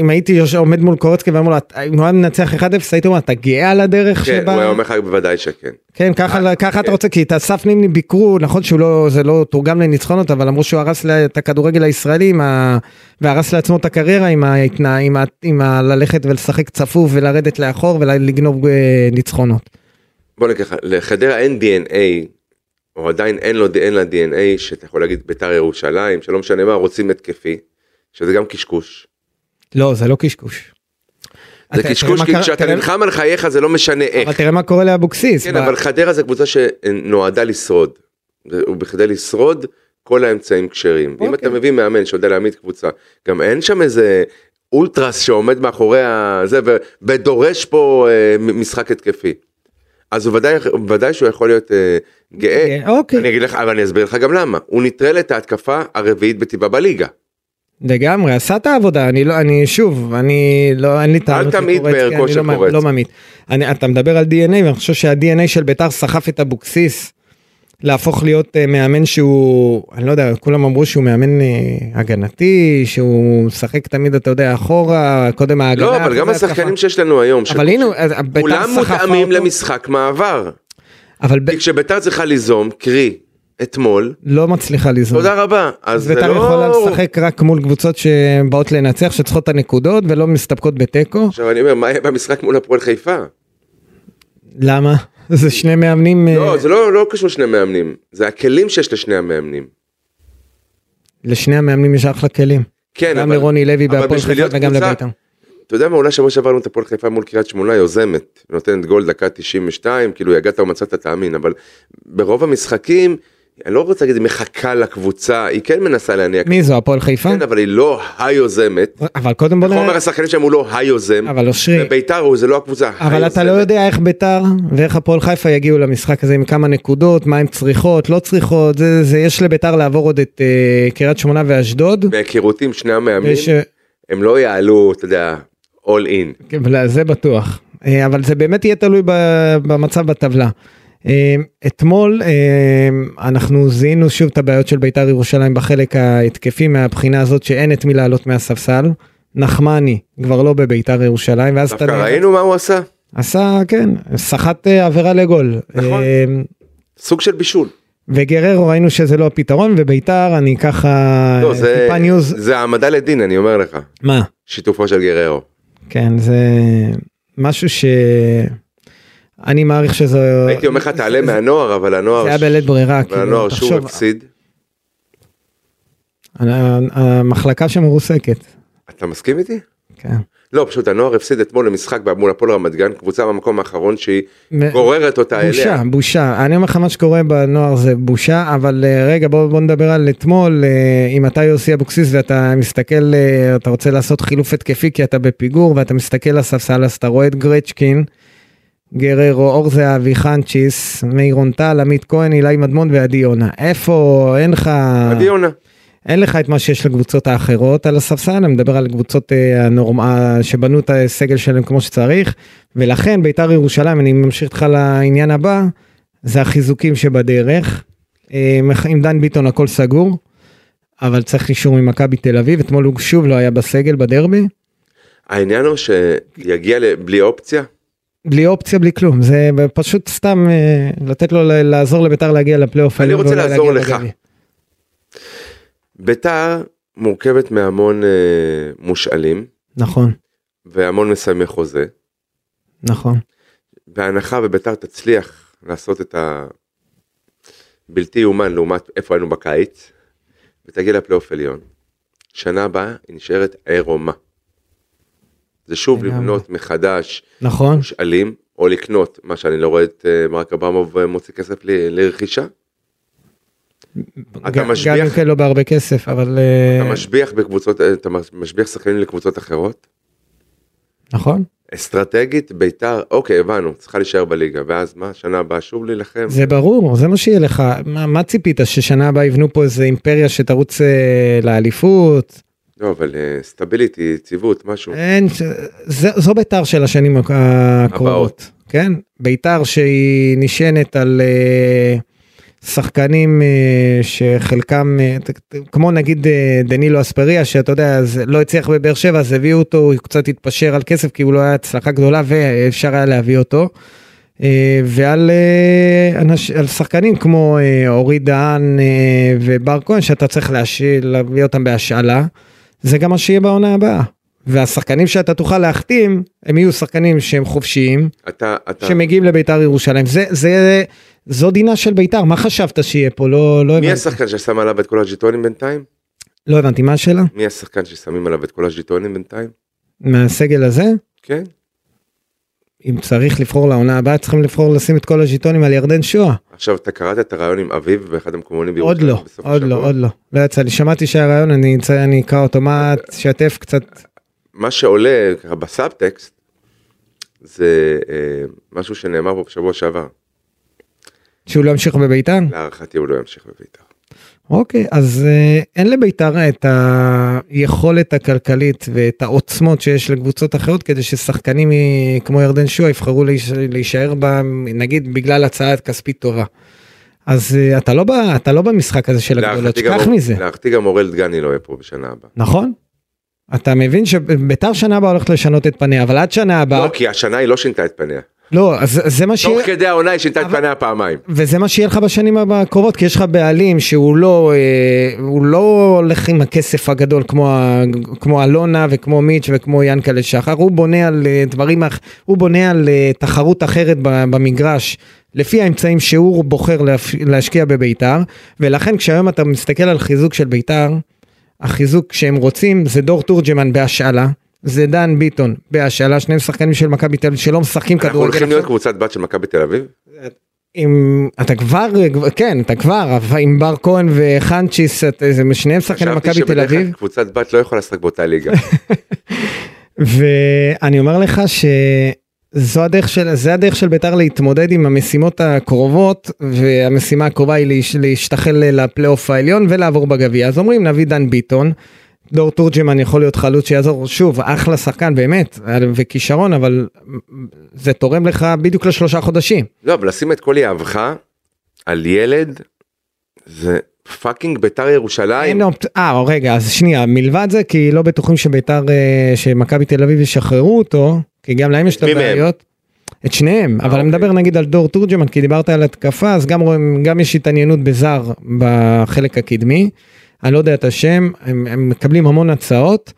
[SPEAKER 2] אם הייתי יוש- עומד מול קורצקי ואמר לו "את- אם הוא היה מנצח 1-0 הייתי אומר אתה גאה על הדרך
[SPEAKER 3] כן,
[SPEAKER 2] שבה
[SPEAKER 3] הוא היה אומר לך בוודאי שכן.
[SPEAKER 2] כן ככה
[SPEAKER 3] אה,
[SPEAKER 2] ככה אתה
[SPEAKER 3] כן.
[SPEAKER 2] רוצה כי את אסף נימני ביקרו נכון שהוא לא זה לא תורגם לניצחונות אבל אמרו שהוא הרס לה- את הכדורגל הישראלי עם ה... והרס לעצמו את הקריירה עם, ההתנה... עם, ה... עם ה... ללכת ולשחק צפוף ולרדת לאחור ולגנוב אה, ניצחונות.
[SPEAKER 3] בוא נגיד לך, לחדרה אין DNA, או עדיין אין לו, אין לה DNA, שאתה יכול להגיד ביתר ירושלים, שלא משנה מה, רוצים התקפי, שזה גם קשקוש.
[SPEAKER 2] לא זה לא קשקוש.
[SPEAKER 3] זה
[SPEAKER 2] אתה-
[SPEAKER 3] קשקוש,
[SPEAKER 2] תראה
[SPEAKER 3] כי
[SPEAKER 2] מה קרה-
[SPEAKER 3] כשאתה
[SPEAKER 2] תראה-
[SPEAKER 3] נלחם על חייך זה לא משנה איך.
[SPEAKER 2] אבל תראה מה קורה לאבוקסיס.
[SPEAKER 3] כן,
[SPEAKER 2] ב-
[SPEAKER 3] אבל חדרה זה קבוצה שנועדה לשרוד. ובכדי לשרוד, כל האמצעים כשרים. אם
[SPEAKER 2] אוקיי.
[SPEAKER 3] אתה מביא מאמן שיודע להעמיד קבוצה, גם אין שם איזה אולטרס שעומד מאחורי ה- זה ו- ודורש פה אה, מ- משחק התקפי. אז הוא ודאי, ודאי שהוא יכול להיות אה, גאה.
[SPEAKER 2] אה, אוקיי.
[SPEAKER 3] אני אגיד לך, אבל אני אסביר לך גם למה. הוא נטרל את ההתקפה הרביעית בטבעה בליגה.
[SPEAKER 2] לגמרי עשה את העבודה אני לא אני שוב אני לא אין לי טענות
[SPEAKER 3] תמעיט
[SPEAKER 2] לקורצקי,
[SPEAKER 3] בערכו
[SPEAKER 2] אני
[SPEAKER 3] של
[SPEAKER 2] לא מע-
[SPEAKER 3] קורצקי.
[SPEAKER 2] לא ממעיט. אני- אתה מדבר על dna ואני חושב שה-DNA של ביתר סחף את אבוקסיס להפוך להיות אה, מאמן שהוא אני לא יודע כולם אמרו שהוא מאמן אה, הגנתי שהוא משחק תמיד אתה יודע אחורה קודם ההגנה.
[SPEAKER 3] לא, אבל
[SPEAKER 2] אחרי
[SPEAKER 3] גם
[SPEAKER 2] זה התקפה.
[SPEAKER 3] השחקנים שיש לנו היום, ש-
[SPEAKER 2] אבל הנה אז ביתר
[SPEAKER 3] כולם
[SPEAKER 2] סחפה
[SPEAKER 3] מותאמים
[SPEAKER 2] אותו,
[SPEAKER 3] למשחק מעבר.
[SPEAKER 2] אבל ב-
[SPEAKER 3] כי כשביתר צריכה ליזום, קרי, אתמול,
[SPEAKER 2] לא מצליחה לזרום.
[SPEAKER 3] תודה רבה. אז
[SPEAKER 2] אז
[SPEAKER 3] זה
[SPEAKER 2] ביתר יכולה
[SPEAKER 3] לא...
[SPEAKER 2] לשחק רק מול קבוצות שבאות לנצח שצריכות את הנקודות ולא מסתפקות בתיקו.
[SPEAKER 3] עכשיו אני אומר, מה יהיה במשחק מול הפועל חיפה?
[SPEAKER 2] אה. למה? זה שני מאמנים אה,
[SPEAKER 3] לא, זה לא לא קשור לשני מאמנים, זה הכלים שיש לשני המאמנים.
[SPEAKER 2] לשני המאמנים יש אחלה כלים.
[SPEAKER 3] כן,
[SPEAKER 2] גם
[SPEAKER 3] אבל-
[SPEAKER 2] לרוני לוי
[SPEAKER 3] אבל
[SPEAKER 2] בהפועל
[SPEAKER 3] בשביל
[SPEAKER 2] חיפה
[SPEAKER 3] להיות
[SPEAKER 2] וגם
[SPEAKER 3] קבוצה-
[SPEAKER 2] לביתר.
[SPEAKER 3] אתה יודע מה, אולי שבוע שעבר ראינו את הפועל חיפה מול קריית שמונה יוזמת, נותנת גול דקה 92, כאילו יגעת ומצאת תאמין, אבל ברוב המשחקים, אני לא רוצה להגיד היא מחכה לקבוצה, היא כן מנסה להניע,
[SPEAKER 2] מי זו הפועל חיפה?
[SPEAKER 3] כן, אבל היא לא היוזמת.
[SPEAKER 2] אבל קודם בוא
[SPEAKER 3] חומר
[SPEAKER 2] נראה.
[SPEAKER 3] השחקנים שם הוא לא היוזם,
[SPEAKER 2] אבל אושרי.
[SPEAKER 3] וביתר הוא זה לא הקבוצה.
[SPEAKER 2] אבל אתה לא
[SPEAKER 3] היוזמת.
[SPEAKER 2] יודע איך ביתר ואיך הפועל חיפה יגיעו למשחק הזה עם כמה נקודות, מה הן צריכות, לא צריכות, זה, זה יש לביתר לעבור עוד את אה, קריית שמונה ואשדוד. אה,
[SPEAKER 3] מהיכרותי עם שני המאמנים,
[SPEAKER 2] יש,
[SPEAKER 3] הם לא יעלו, אתה יודע, all in.
[SPEAKER 2] כן, אבל זה בטוח אה, אבל זה באמת יהיה תלוי ב- במצב בטבלה. אה, אתמול אה, אנחנו זיהינו שוב את הבעיות של בית"ר ירושלים בחלק ההתקפי מהבחינה הזאת שאין את מי לעלות מהספסל. נחמני כבר לא בביתר ירושלים ואז
[SPEAKER 3] דווקא
[SPEAKER 2] אתה נראה-
[SPEAKER 3] ראינו מה הוא עשה,
[SPEAKER 2] עשה כן סחט אה, עבירה לגול.
[SPEAKER 3] נכון.
[SPEAKER 2] אה,
[SPEAKER 3] סוג של בישול.
[SPEAKER 2] וגררו ראינו שזה לא הפתרון וביתר אני ככה
[SPEAKER 3] לא, זה-
[SPEAKER 2] אה, טיפה ניוז
[SPEAKER 3] זה העמדה לדין, אני אומר לך.
[SPEAKER 2] מה
[SPEAKER 3] שיתופו של גררו.
[SPEAKER 2] כן זה משהו ש... אני מעריך שזה...
[SPEAKER 3] הייתי אומר לך תעלה
[SPEAKER 2] זה-
[SPEAKER 3] מהנוער, אבל הנוער...
[SPEAKER 2] זה היה בלית ברירה, כאילו,
[SPEAKER 3] אבל הנוער לא, שוב
[SPEAKER 2] תחשוב,
[SPEAKER 3] הפסיד.
[SPEAKER 2] ה- המחלקה שמרוסקת,
[SPEAKER 3] אתה מסכים איתי?
[SPEAKER 2] כן.
[SPEAKER 3] לא, פשוט הנוער הפסיד אתמול למשחק מול הפועל רמת גן, קבוצה במקום האחרון שהיא
[SPEAKER 2] מ-
[SPEAKER 3] גוררת אותה
[SPEAKER 2] אה, בושה,
[SPEAKER 3] אליה.
[SPEAKER 2] בושה. אני אומר לך מה שקורה בנוער זה בושה, אבל אה, רגע בוא, בוא נדבר על אתמול, אה, אם אתה יוסי אבוקסיס ואתה מסתכל, אה, אתה רוצה לעשות חילוף התקפי כי אתה בפיגור ואתה מסתכל לספסל אז אתה רואה את גרצ'קין, גררו, אור זהבי, חנצ'יס, מאירון טל, עמית כהן, אילי מדמון ועדי יונה. איפה, אין לך...
[SPEAKER 3] עדי יונה.
[SPEAKER 2] אין לך את מה שיש לקבוצות האחרות על הספסל, אני מדבר על קבוצות אה, הנורמ... אה, שבנו את הסגל שלהם כמו שצריך, ולכן ביתר ירושלים, אני ממשיך איתך לעניין הבא, זה החיזוקים שבדרך. אה, עם דן ביטון הכל סגור, אבל צריך אישור ממכבי תל אביב, אתמול הוא שוב לא היה בסגל בדרבי,
[SPEAKER 3] העניין הוא שיגיע ל- בלי אופציה,
[SPEAKER 2] בלי אופציה, בלי כלום, זה פשוט סתם אה, לתת לו ל- לעזור לביתר להגיע לפלייאוף.
[SPEAKER 3] אני
[SPEAKER 2] העליון
[SPEAKER 3] רוצה
[SPEAKER 2] ואולי
[SPEAKER 3] לעזור
[SPEAKER 2] להגיע
[SPEAKER 3] לך.
[SPEAKER 2] בדרבי.
[SPEAKER 3] ביתר מורכבת מהמון אה, מושאלים
[SPEAKER 2] נכון,
[SPEAKER 3] והמון מסיימי חוזה.
[SPEAKER 2] נכון.
[SPEAKER 3] בהנחה וביתר תצליח לעשות את הבלתי יאומן לעומת איפה היינו בקיץ, ותגיע לפלייאוף עליון. שנה הבאה היא נשארת עירומה. זה שוב
[SPEAKER 2] לגמרי.
[SPEAKER 3] לבנות מחדש
[SPEAKER 2] נכון,
[SPEAKER 3] מושאלים או לקנות מה שאני לא רואה את אה, מרק אברמוב אה, מוציא כסף ל- לרכישה. אתה
[SPEAKER 2] גם
[SPEAKER 3] משביח-
[SPEAKER 2] גם אם כן לא בהרבה כסף, אבל אה,
[SPEAKER 3] אתה משביח בקבוצות, אה, אתה מש- משביח שחקנים לקבוצות אחרות.
[SPEAKER 2] נכון,
[SPEAKER 3] אסטרטגית ביתר, אוקיי הבנו, צריכה להישאר בליגה, ואז מה, שנה הבאה שוב להילחם?
[SPEAKER 2] זה ברור, זה מה שיהיה לך. מה מה ציפית, ששנה הבאה יבנו פה איזה אימפריה שתרוץ אה, לאליפות?
[SPEAKER 3] לא, אבל סטביליטי, יציבות, משהו.
[SPEAKER 2] אין, ש- זה- זו ביתר של השנים הק- הקרובות,
[SPEAKER 3] הבאות.
[SPEAKER 2] כן? ביתר שהיא נשענת על אה, שחקנים אה, שחלקם, אה, ת- ת- כמו נגיד אה, דנילו אספריה, שאתה יודע, אז לא הצליח בבאר שבע, אז הביאו אותו, הוא קצת התפשר על כסף, כי הוא לא היה הצלחה גדולה ואפשר היה להביא אותו. אה, ועל אה, אנש, על שחקנים כמו אה, אורי דהן אה, ובר כהן, שאתה צריך להשאיל, להביא אותם בהשאלה. זה גם מה שיהיה בעונה הבאה. והשחקנים שאתה תוכל להחתים, הם יהיו שחקנים שהם חופשיים,
[SPEAKER 3] אתה, אתה,
[SPEAKER 2] שמגיעים לביתר ירושלים. זה, זה, זו דינה של ביתר, מה חשבת שיהיה פה? לא, לא
[SPEAKER 3] מי
[SPEAKER 2] הבנתי.
[SPEAKER 3] השחקן ששם עליו את כל הז'יטונים בינתיים?
[SPEAKER 2] לא הבנתי, מה השאלה?
[SPEAKER 3] מי השחקן ששמים עליו את כל הז'יטונים בינתיים?
[SPEAKER 2] מהסגל הזה?
[SPEAKER 3] כן?
[SPEAKER 2] אם צריך לבחור לעונה הבאה, צריכים לבחור לשים את כל הז'יטונים על ירדן שואה.
[SPEAKER 3] עכשיו, אתה קראת את הרעיון עם אביב באחד המקומונים
[SPEAKER 2] עוד
[SPEAKER 3] בירושלים
[SPEAKER 2] לא,
[SPEAKER 3] בסוף
[SPEAKER 2] עוד
[SPEAKER 3] השבוע?
[SPEAKER 2] לא, עוד לא. לא יצא לי. שמעתי שהיה רעיון, אני אצא- אני אקרא אותו. מה, תשתף קצת. לא.
[SPEAKER 3] מה שעולה ככה בסאבטקסט, זה אה, משהו שנאמר פה בשבוע שעבר.
[SPEAKER 2] שהוא לא ימשיך בביתר?
[SPEAKER 3] להערכתי הוא לא ימשיך בביתר.
[SPEAKER 2] אוקיי, אז אה, אין לביתר את היכולת הכלכלית ואת העוצמות שיש לקבוצות אחרות כדי ששחקנים אה, כמו ירדן שואה יבחרו להיש- להישאר בה, נגיד בגלל הצעה כספית טובה. אז אה, אתה לא, ב, אתה לא במשחק הזה של הגדולות,
[SPEAKER 3] להערכתי גם לא.
[SPEAKER 2] שכח
[SPEAKER 3] אור-
[SPEAKER 2] מזה,
[SPEAKER 3] להערכתי גם אורל דגני לא יהיה פה בשנה הבאה.
[SPEAKER 2] נכון? אתה מבין שביתר שנה הבאה הולכת לשנות את פניה, אבל עד שנה הבאה,
[SPEAKER 3] לא, כי השנה היא לא שינתה את פניה.
[SPEAKER 2] לא, אז זה מה שיהיה.
[SPEAKER 3] תוך כדי העונה היא שינתה את
[SPEAKER 2] אבל-
[SPEAKER 3] פניה פעמיים.
[SPEAKER 2] וזה מה שיהיה לך בשנים הקרובות, כי יש לך בעלים שהוא לא, אה, הוא לא הולך עם הכסף הגדול כמו, ה- כמו אלונה וכמו מיץ' וכמו ינקלה שחר, הוא בונה על אה, דברים, אח- הוא בונה על אה, תחרות אחרת ב- במגרש, לפי האמצעים שהוא בוחר להפ- להשקיע בביתר, ולכן כשהיום אתה מסתכל על חיזוק של ביתר, החיזוק שהם רוצים זה דור תורג'מן בהשאלה. זה דן ביטון בהשאלה, שניהם שחקנים של מכבי תל אביב שלא משחקים
[SPEAKER 3] אנחנו
[SPEAKER 2] כדורגל.
[SPEAKER 3] הולכים להיות
[SPEAKER 2] עכשיו.
[SPEAKER 3] קבוצת בת של מכבי תל אביב?
[SPEAKER 2] אם אתה כבר, כן, אתה כבר, אבל עם בר כהן וחנצ'יס, את- זה שניהם שחקני
[SPEAKER 3] חשבתי
[SPEAKER 2] מכבי תל
[SPEAKER 3] שבדרך
[SPEAKER 2] אביב,
[SPEAKER 3] כלל קבוצת בת לא יכולה לשחק באותה ליגה.
[SPEAKER 2] ואני אומר לך שזו הדרך של, זה הדרך של ביתר להתמודד עם המשימות הקרובות, והמשימה הקרובה היא להש- להשתחל לפלייאוף העליון ולעבור בגביע, אז אומרים נביא דן ביטון. דור תורג'מן יכול להיות חלוץ שיעזור, שוב, אחלה שחקן באמת, וכישרון, אבל זה תורם לך בדיוק לשלושה חודשים.
[SPEAKER 3] לא, אבל לשים את כל יהבך על ילד, זה פאקינג ביתר ירושלים.
[SPEAKER 2] אין אופט... אה, רגע, אז שנייה, מלבד זה, כי לא בטוחים שביתר, אה, שמכבי תל אביב ישחררו אותו, כי גם להם יש את
[SPEAKER 3] מי מהם?
[SPEAKER 2] הבעיות. את שניהם, אבל אני
[SPEAKER 3] אוקיי.
[SPEAKER 2] מדבר נגיד על דור תורג'מן, כי דיברת על התקפה, אז גם, רואים- גם יש התעניינות בזר בחלק הקדמי. אני לא יודע את השם, הם, הם מקבלים המון הצעות,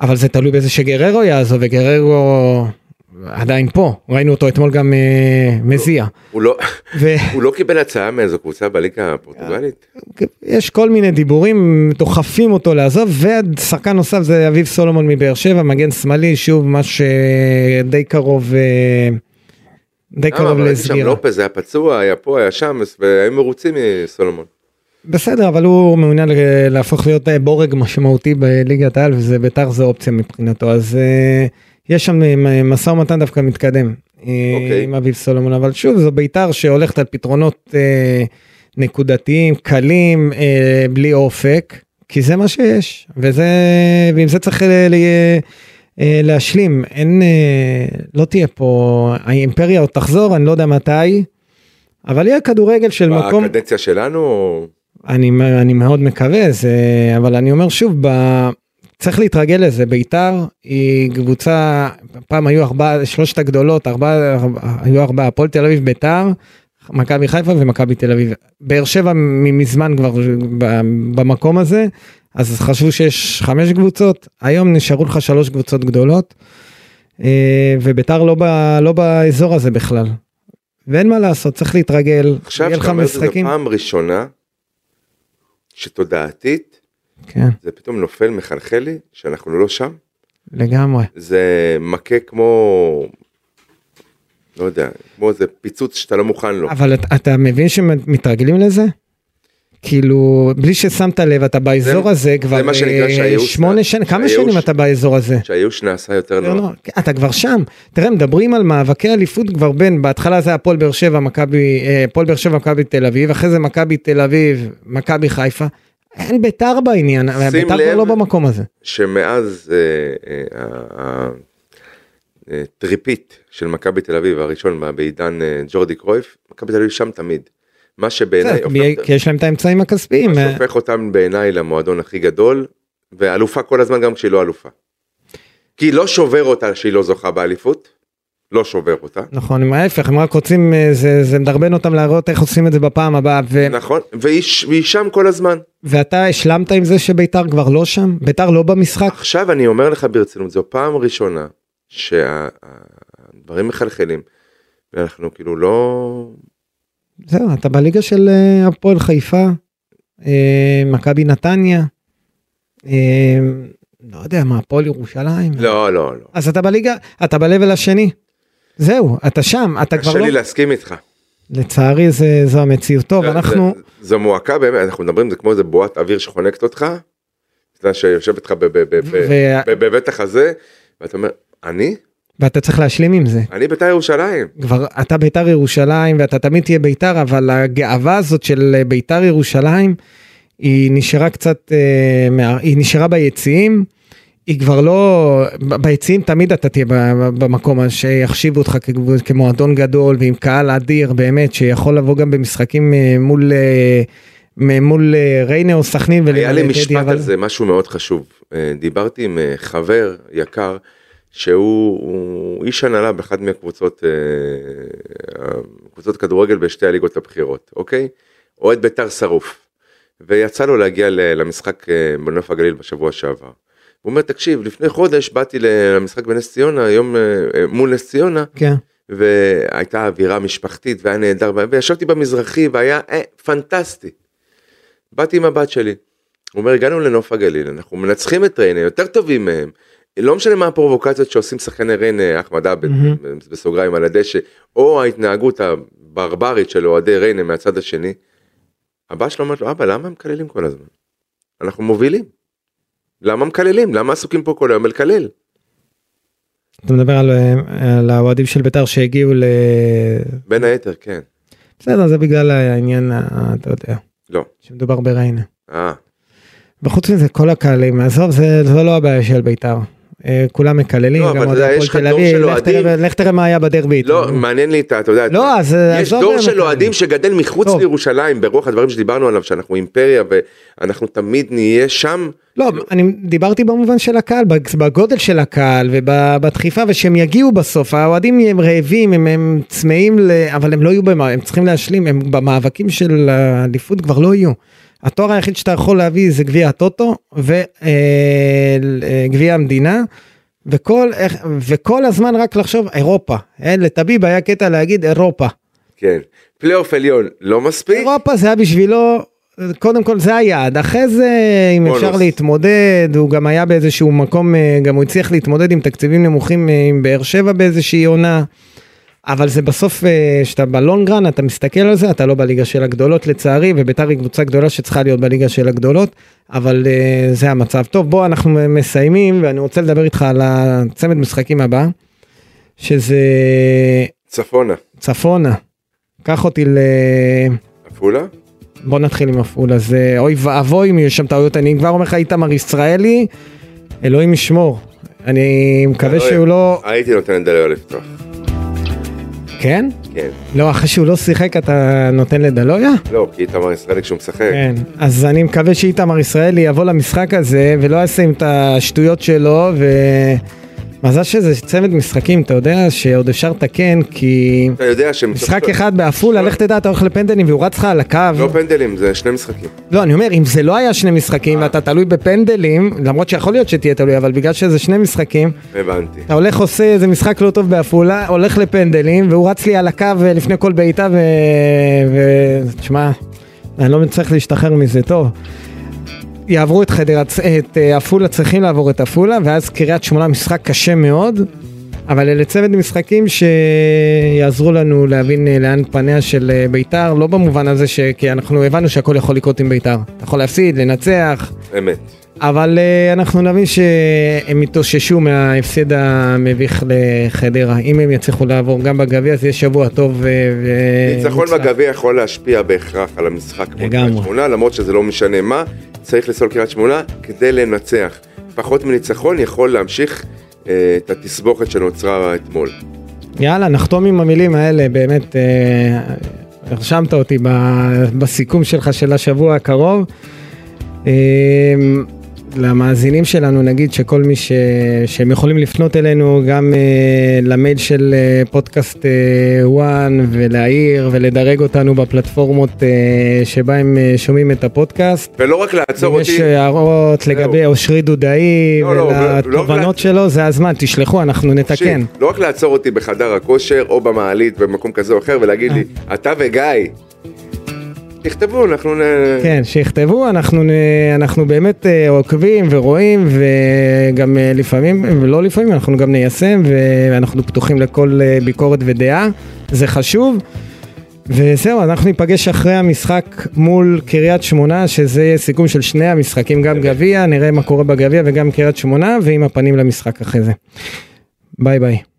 [SPEAKER 2] אבל זה תלוי באיזה שגררו יעזוב, וגררו עדיין פה, ראינו אותו אתמול גם אה, מזיע.
[SPEAKER 3] הוא לא-
[SPEAKER 2] ו...
[SPEAKER 3] הוא לא קיבל הצעה מאיזו קבוצה בליגה הפורטוגלית?
[SPEAKER 2] יש כל מיני דיבורים, דוחפים אותו לעזוב, ושחקן נוסף זה אביב סולומון מבאר שבע, מגן שמאלי, שוב משהו די קרוב, אה, די
[SPEAKER 3] למה?
[SPEAKER 2] קרוב
[SPEAKER 3] אה, לא, אבל הייתי שם
[SPEAKER 2] לסגירה.
[SPEAKER 3] לופז היה פצוע, היה פה, היה שם, והיו מרוצים מסולומון.
[SPEAKER 2] בסדר, אבל הוא מעוניין ל- להפוך להיות אה, בורג משמעותי בליגת העל, וזה ביתר זה אופציה מבחינתו, אז אה, יש שם אה, משא ומתן דווקא מתקדם אה,
[SPEAKER 3] אוקיי.
[SPEAKER 2] עם אביב סולומון, אבל שוב, זו ביתר שהולכת על פתרונות אה, נקודתיים, קלים, אה, בלי אופק. כי זה מה שיש, וזה, ועם זה צריך ל- ל- אה, להשלים. אין, אה, לא תהיה פה, האימפריה עוד תחזור, אני לא יודע מתי, אבל יהיה כדורגל של מקום,
[SPEAKER 3] בקדנציה שלנו, או-
[SPEAKER 2] אני, אני מאוד מקווה, זה, אבל אני אומר שוב, ב, צריך להתרגל לזה, ביתר היא קבוצה, פעם היו ארבע, שלושת הגדולות, ארבע, ארבע, היו ארבע, הפועל תל אביב, ביתר, מכבי חיפה ומכבי תל אביב. באר שבע מ- מזמן כבר ב- במקום הזה, אז חשבו שיש חמש קבוצות, היום נשארו לך שלוש קבוצות גדולות, אה, וביתר לא, ב, לא באזור הזה בכלל. ואין מה לעשות, צריך להתרגל,
[SPEAKER 3] עכשיו
[SPEAKER 2] יהיה
[SPEAKER 3] שאתה
[SPEAKER 2] לך
[SPEAKER 3] אומר שזו
[SPEAKER 2] משחקים.
[SPEAKER 3] פעם ראשונה שתודעתית
[SPEAKER 2] כן,
[SPEAKER 3] זה פתאום נופל מחלחל לי שאנחנו לא שם.
[SPEAKER 2] לגמרי.
[SPEAKER 3] זה מכה כמו, לא יודע, כמו איזה פיצוץ שאתה לא מוכן לו.
[SPEAKER 2] אבל אתה, אתה מבין שמתרגלים לזה? כאילו, בלי ששמת לב, אתה באזור
[SPEAKER 3] זה-
[SPEAKER 2] הזה כבר
[SPEAKER 3] מה שנקרא
[SPEAKER 2] אה,
[SPEAKER 3] שהייאוש-
[SPEAKER 2] שמונה שנים, כמה
[SPEAKER 3] שהייאוש-
[SPEAKER 2] שנים אתה באזור הזה?
[SPEAKER 3] שהייאוש נעשה יותר
[SPEAKER 2] לא,
[SPEAKER 3] נורא.
[SPEAKER 2] לא, אתה כבר שם. תראה, מדברים על מאבקי אליפות כבר בין, בהתחלה זה הפועל באר שבע, מכבי, אה, הפועל באר שבע, מכבי תל אביב, אחרי זה מכבי תל אביב, מכבי חיפה. אין ביתר בעניין, אבל
[SPEAKER 3] שים
[SPEAKER 2] ביתר כבר
[SPEAKER 3] לב-
[SPEAKER 2] לא במקום הזה.
[SPEAKER 3] שמאז אה, הטריפית אה, של מכבי תל אביב הראשון בה- בעידן אה, ג'ורדי קרויף, מכבי תל אביב שם תמיד. מה שבעיניי
[SPEAKER 2] בסדר, ביה-
[SPEAKER 3] הופך-
[SPEAKER 2] כי יש להם את האמצעים הכספיים.
[SPEAKER 3] מה
[SPEAKER 2] כן, אה,
[SPEAKER 3] שהופך אותם בעיניי למועדון הכי גדול, ואלופה כל הזמן גם כשהיא לא אלופה. כי לא שובר אותה שהיא לא זוכה באליפות, לא שובר אותה.
[SPEAKER 2] נכון, הם ההפך, הם רק רוצים, אה, זה זה מדרבן אותם להראות איך עושים את זה בפעם הבאה. ו-
[SPEAKER 3] נכון, והיא ש- והיא שם כל הזמן.
[SPEAKER 2] ואתה השלמת עם זה שביתר כבר לא שם? ביתר לא במשחק?
[SPEAKER 3] עכשיו אני אומר לך ברצינות, זו פעם ראשונה שהדברים מחלחלים, ואנחנו כאילו לא...
[SPEAKER 2] זהו, אתה בליגה של אה, הפועל חיפה, אה, מכבי נתניה, אה, לא יודע מה, הפועל ירושלים.
[SPEAKER 3] לא, לא, לא.
[SPEAKER 2] אז אתה בליגה, אתה ב-level השני. זהו, אתה שם, אתה כבר
[SPEAKER 3] קשה
[SPEAKER 2] לא...
[SPEAKER 3] לי להסכים איתך.
[SPEAKER 2] לצערי זה, זו המציאות. טוב,
[SPEAKER 3] זה-
[SPEAKER 2] אנחנו...
[SPEAKER 3] זה- זו מועקה באמת, אנחנו מדברים, זה כמו איזה בועת אוויר שחונקת אותך, אתה יודע, שיושבת לך ב- ב- ב- ב-
[SPEAKER 2] ו-
[SPEAKER 3] ב- בבית החזה, ואתה אומר, אני?
[SPEAKER 2] ואתה צריך להשלים עם זה.
[SPEAKER 3] אני בית"ר ירושלים.
[SPEAKER 2] כבר אתה ביתר ירושלים ואתה תמיד תהיה ביתר אבל הגאווה הזאת של אה, ביתר ירושלים היא נשארה קצת אה, מה- היא נשארה ביציעים. היא כבר לא ב- ביציעים תמיד אתה תהיה ב- במקום הזה שיחשיבו אותך כ- כמועדון גדול ועם קהל אדיר באמת שיכול לבוא גם במשחקים אה, מול אה, מ- מול אה, ריינה או סכנין.
[SPEAKER 3] היה
[SPEAKER 2] ולמלא
[SPEAKER 3] לי
[SPEAKER 2] את ידי,
[SPEAKER 3] משפט
[SPEAKER 2] אבל-
[SPEAKER 3] על זה, משהו מאוד חשוב. אה, דיברתי עם אה, חבר יקר, שהוא הוא איש הנהלה באחת מהקבוצות, אה, קבוצות כדורגל בשתי הליגות הבכירות, אוקיי? אוהד בית"ר שרוף. ויצא לו להגיע ל- למשחק אה, בנוף הגליל בשבוע שעבר. הוא אומר, תקשיב, לפני חודש באתי ל- למשחק בנס ציונה, היום אה, אה, מול נס ציונה,
[SPEAKER 2] כן.
[SPEAKER 3] והייתה אווירה משפחתית והיה נהדר וישבתי במזרחי והיה אה, פנטסטי. באתי עם הבת שלי. הוא אומר הגענו לנוף הגליל אנחנו מנצחים את ריינה יותר טובים מהם. לא משנה מה הפרובוקציות שעושים שחקני ריינה אחמד עבד
[SPEAKER 2] מהמם.
[SPEAKER 3] בסוגריים על הדשא או ההתנהגות הברברית של אוהדי ריינה מהצד השני. הבת שלו אומרת לו אבא למה הם מקללים כל הזמן? אנחנו מובילים. למה מקללים? למה עסוקים פה כל היום בלקלל?
[SPEAKER 2] אתה מדבר על, אה, על האוהדים של ביתר שהגיעו ל...
[SPEAKER 3] בין היתר כן.
[SPEAKER 2] בסדר זה בגלל העניין ה- אתה יודע.
[SPEAKER 3] לא.
[SPEAKER 2] שמדובר בריינה.
[SPEAKER 3] אה.
[SPEAKER 2] וחוץ מזה כל הקהלים עזוב זה, זה לא הבעיה של בית"ר. אה, כולם מקללים
[SPEAKER 3] לא, אבל
[SPEAKER 2] גם עוד
[SPEAKER 3] אתה יודע,
[SPEAKER 2] הפועל
[SPEAKER 3] יש לך
[SPEAKER 2] תל
[SPEAKER 3] דור
[SPEAKER 2] אביב
[SPEAKER 3] של
[SPEAKER 2] לך תראה-
[SPEAKER 3] אוהדים.
[SPEAKER 2] לך תראה מה היה בדרבי.
[SPEAKER 3] לא,
[SPEAKER 2] אתה-
[SPEAKER 3] מעניין לי את ה... אתה יודע,
[SPEAKER 2] לא, אז,
[SPEAKER 3] יש
[SPEAKER 2] עזוב
[SPEAKER 3] דור
[SPEAKER 2] באמת,
[SPEAKER 3] של
[SPEAKER 2] אני-
[SPEAKER 3] אוהדים שגדל מחוץ
[SPEAKER 2] טוב.
[SPEAKER 3] לירושלים ברוח הדברים שדיברנו עליו שאנחנו אימפריה ואנחנו תמיד נהיה שם
[SPEAKER 2] לא אני דיברתי במובן של הקהל בג- בגודל של הקהל ובדחיפה ושהם יגיעו בסוף האוהדים הם רעבים הם, הם צמאים ל... אבל הם לא יהיו במה הם צריכים להשלים הם במאבקים של האליפות כבר לא יהיו. התואר היחיד שאתה יכול להביא זה גביע הטוטו אה, וגביע המדינה. וכל, איך- וכל הזמן רק לחשוב אירופה, אה, לטביב היה קטע להגיד אירופה,
[SPEAKER 3] כן פלייאוף עליון לא מספיק
[SPEAKER 2] אירופה זה היה בשבילו, קודם כל זה היעד, אחרי זה אם
[SPEAKER 3] בונוס.
[SPEAKER 2] אפשר להתמודד, הוא גם היה באיזשהו מקום, אה, גם הוא הצליח להתמודד עם תקציבים נמוכים אה, עם באר שבע באיזושהי עונה, אבל זה בסוף, אה, שאתה בלונגרן, אתה מסתכל על זה, אתה לא בליגה של הגדולות לצערי, וביתר היא קבוצה גדולה שצריכה להיות בליגה של הגדולות, אבל אה, זה המצב. טוב, בוא אנחנו מסיימים, ואני רוצה לדבר איתך על הצמד משחקים הבא, שזה
[SPEAKER 3] צפונה
[SPEAKER 2] צפונה. קח אותי ל...
[SPEAKER 3] עפולה
[SPEAKER 2] בוא נתחיל עם עפולה, זה אוי ואבוי אם יהיו שם טעויות, אני כבר אומר לך איתמר ישראלי, אלוהים ישמור. אני מקווה שהוא לא...
[SPEAKER 3] הייתי נותן לדלויה לפתוח,
[SPEAKER 2] כן?
[SPEAKER 3] כן.
[SPEAKER 2] לא, אחרי שהוא לא שיחק אתה נותן לדלויה?
[SPEAKER 3] לא, כי איתמר ישראלי כשהוא משחק,
[SPEAKER 2] כן, אז אני מקווה שאיתמר ישראלי יבוא למשחק הזה ולא יעשה עם את השטויות שלו ו... מזל שזה צמד משחקים, אתה יודע, שעוד אפשר לתקן, כי
[SPEAKER 3] אתה יודע שמשחק...
[SPEAKER 2] משחק אחד בעפולה, לך תדע, אתה הולך לפנדלים והוא רץ לך על הקו.
[SPEAKER 3] לא פנדלים, זה שני משחקים.
[SPEAKER 2] לא, אני אומר, אם זה לא היה שני משחקים ואתה תלוי בפנדלים, למרות שיכול להיות שתהיה תלוי, אבל בגלל שזה שני משחקים,
[SPEAKER 3] הבנתי.
[SPEAKER 2] אתה הולך עושה איזה משחק לא טוב בעפולה, הולך לפנדלים, והוא רץ לי על הקו אה, לפני כל בעיטה ו... ו... תשמע, אני לא מצליח להשתחרר מזה, טוב. יעברו את חדרה, את אה, עפולה, צריכים לעבור את עפולה, ואז קריית שמונה משחק קשה מאוד, אבל אלה צוות משחקים שיעזרו לנו להבין אה, לאן פניה של אה, בית"ר, לא במובן הזה ש... כי אנחנו הבנו שהכל יכול לקרות עם בית"ר. אתה יכול להפסיד, לנצח,
[SPEAKER 3] אמת.
[SPEAKER 2] אבל אה, אנחנו נבין שהם התאוששו מההפסד המביך לחדרה. אם הם יצליחו לעבור גם בגביע, אז יהיה שבוע טוב. אה, ו-
[SPEAKER 3] ניצחון
[SPEAKER 2] מוצלח.
[SPEAKER 3] בגביע יכול להשפיע בהכרח על המשחק מול קריית
[SPEAKER 2] לגמרי.
[SPEAKER 3] שמונה, למרות שזה לא משנה מה, צריך לנסוע לקריית שמונה כדי לנצח. פחות מניצחון יכול להמשיך אה, את התסבוכת שנוצרה אתמול.
[SPEAKER 2] יאללה, נחתום עם המילים האלה, באמת. אה, הרשמת אותי ב- בסיכום שלך של השבוע הקרוב. אה, למאזינים שלנו נגיד שכל מי ש... שהם יכולים לפנות אלינו גם אה, למייל של אה, פודקאסט אה, וואן ולהעיר ולדרג אותנו בפלטפורמות אה, שבה הם אה, שומעים את הפודקאסט.
[SPEAKER 3] ולא רק לעצור
[SPEAKER 2] אם יש אה,
[SPEAKER 3] אותי,
[SPEAKER 2] הערות לגבי אושרי דודאי
[SPEAKER 3] לא, לא, לא, לא
[SPEAKER 2] ולתובנות
[SPEAKER 3] רק-
[SPEAKER 2] שלו זה הזמן תשלחו אנחנו נתקן.
[SPEAKER 3] תקשיב, לא רק לעצור אותי בחדר הכושר או במעלית במקום כזה או אחר
[SPEAKER 2] אה.
[SPEAKER 3] ולהגיד לי, אתה וגיא, תכתבו, אנחנו נ...
[SPEAKER 2] כן, שיכתבו, אנחנו, נ- אנחנו באמת אה, עוקבים ורואים וגם אה, לפעמים, ולא לפעמים, אנחנו גם ניישם ואנחנו פתוחים לכל אה, ביקורת ודעה, זה חשוב. וזהו, אנחנו ניפגש אחרי המשחק מול קריית שמונה, שזה יהיה סיכום של שני המשחקים, גם גביע, נראה מה קורה בגביע וגם קריית שמונה, ועם הפנים למשחק אחרי זה. ביי ביי.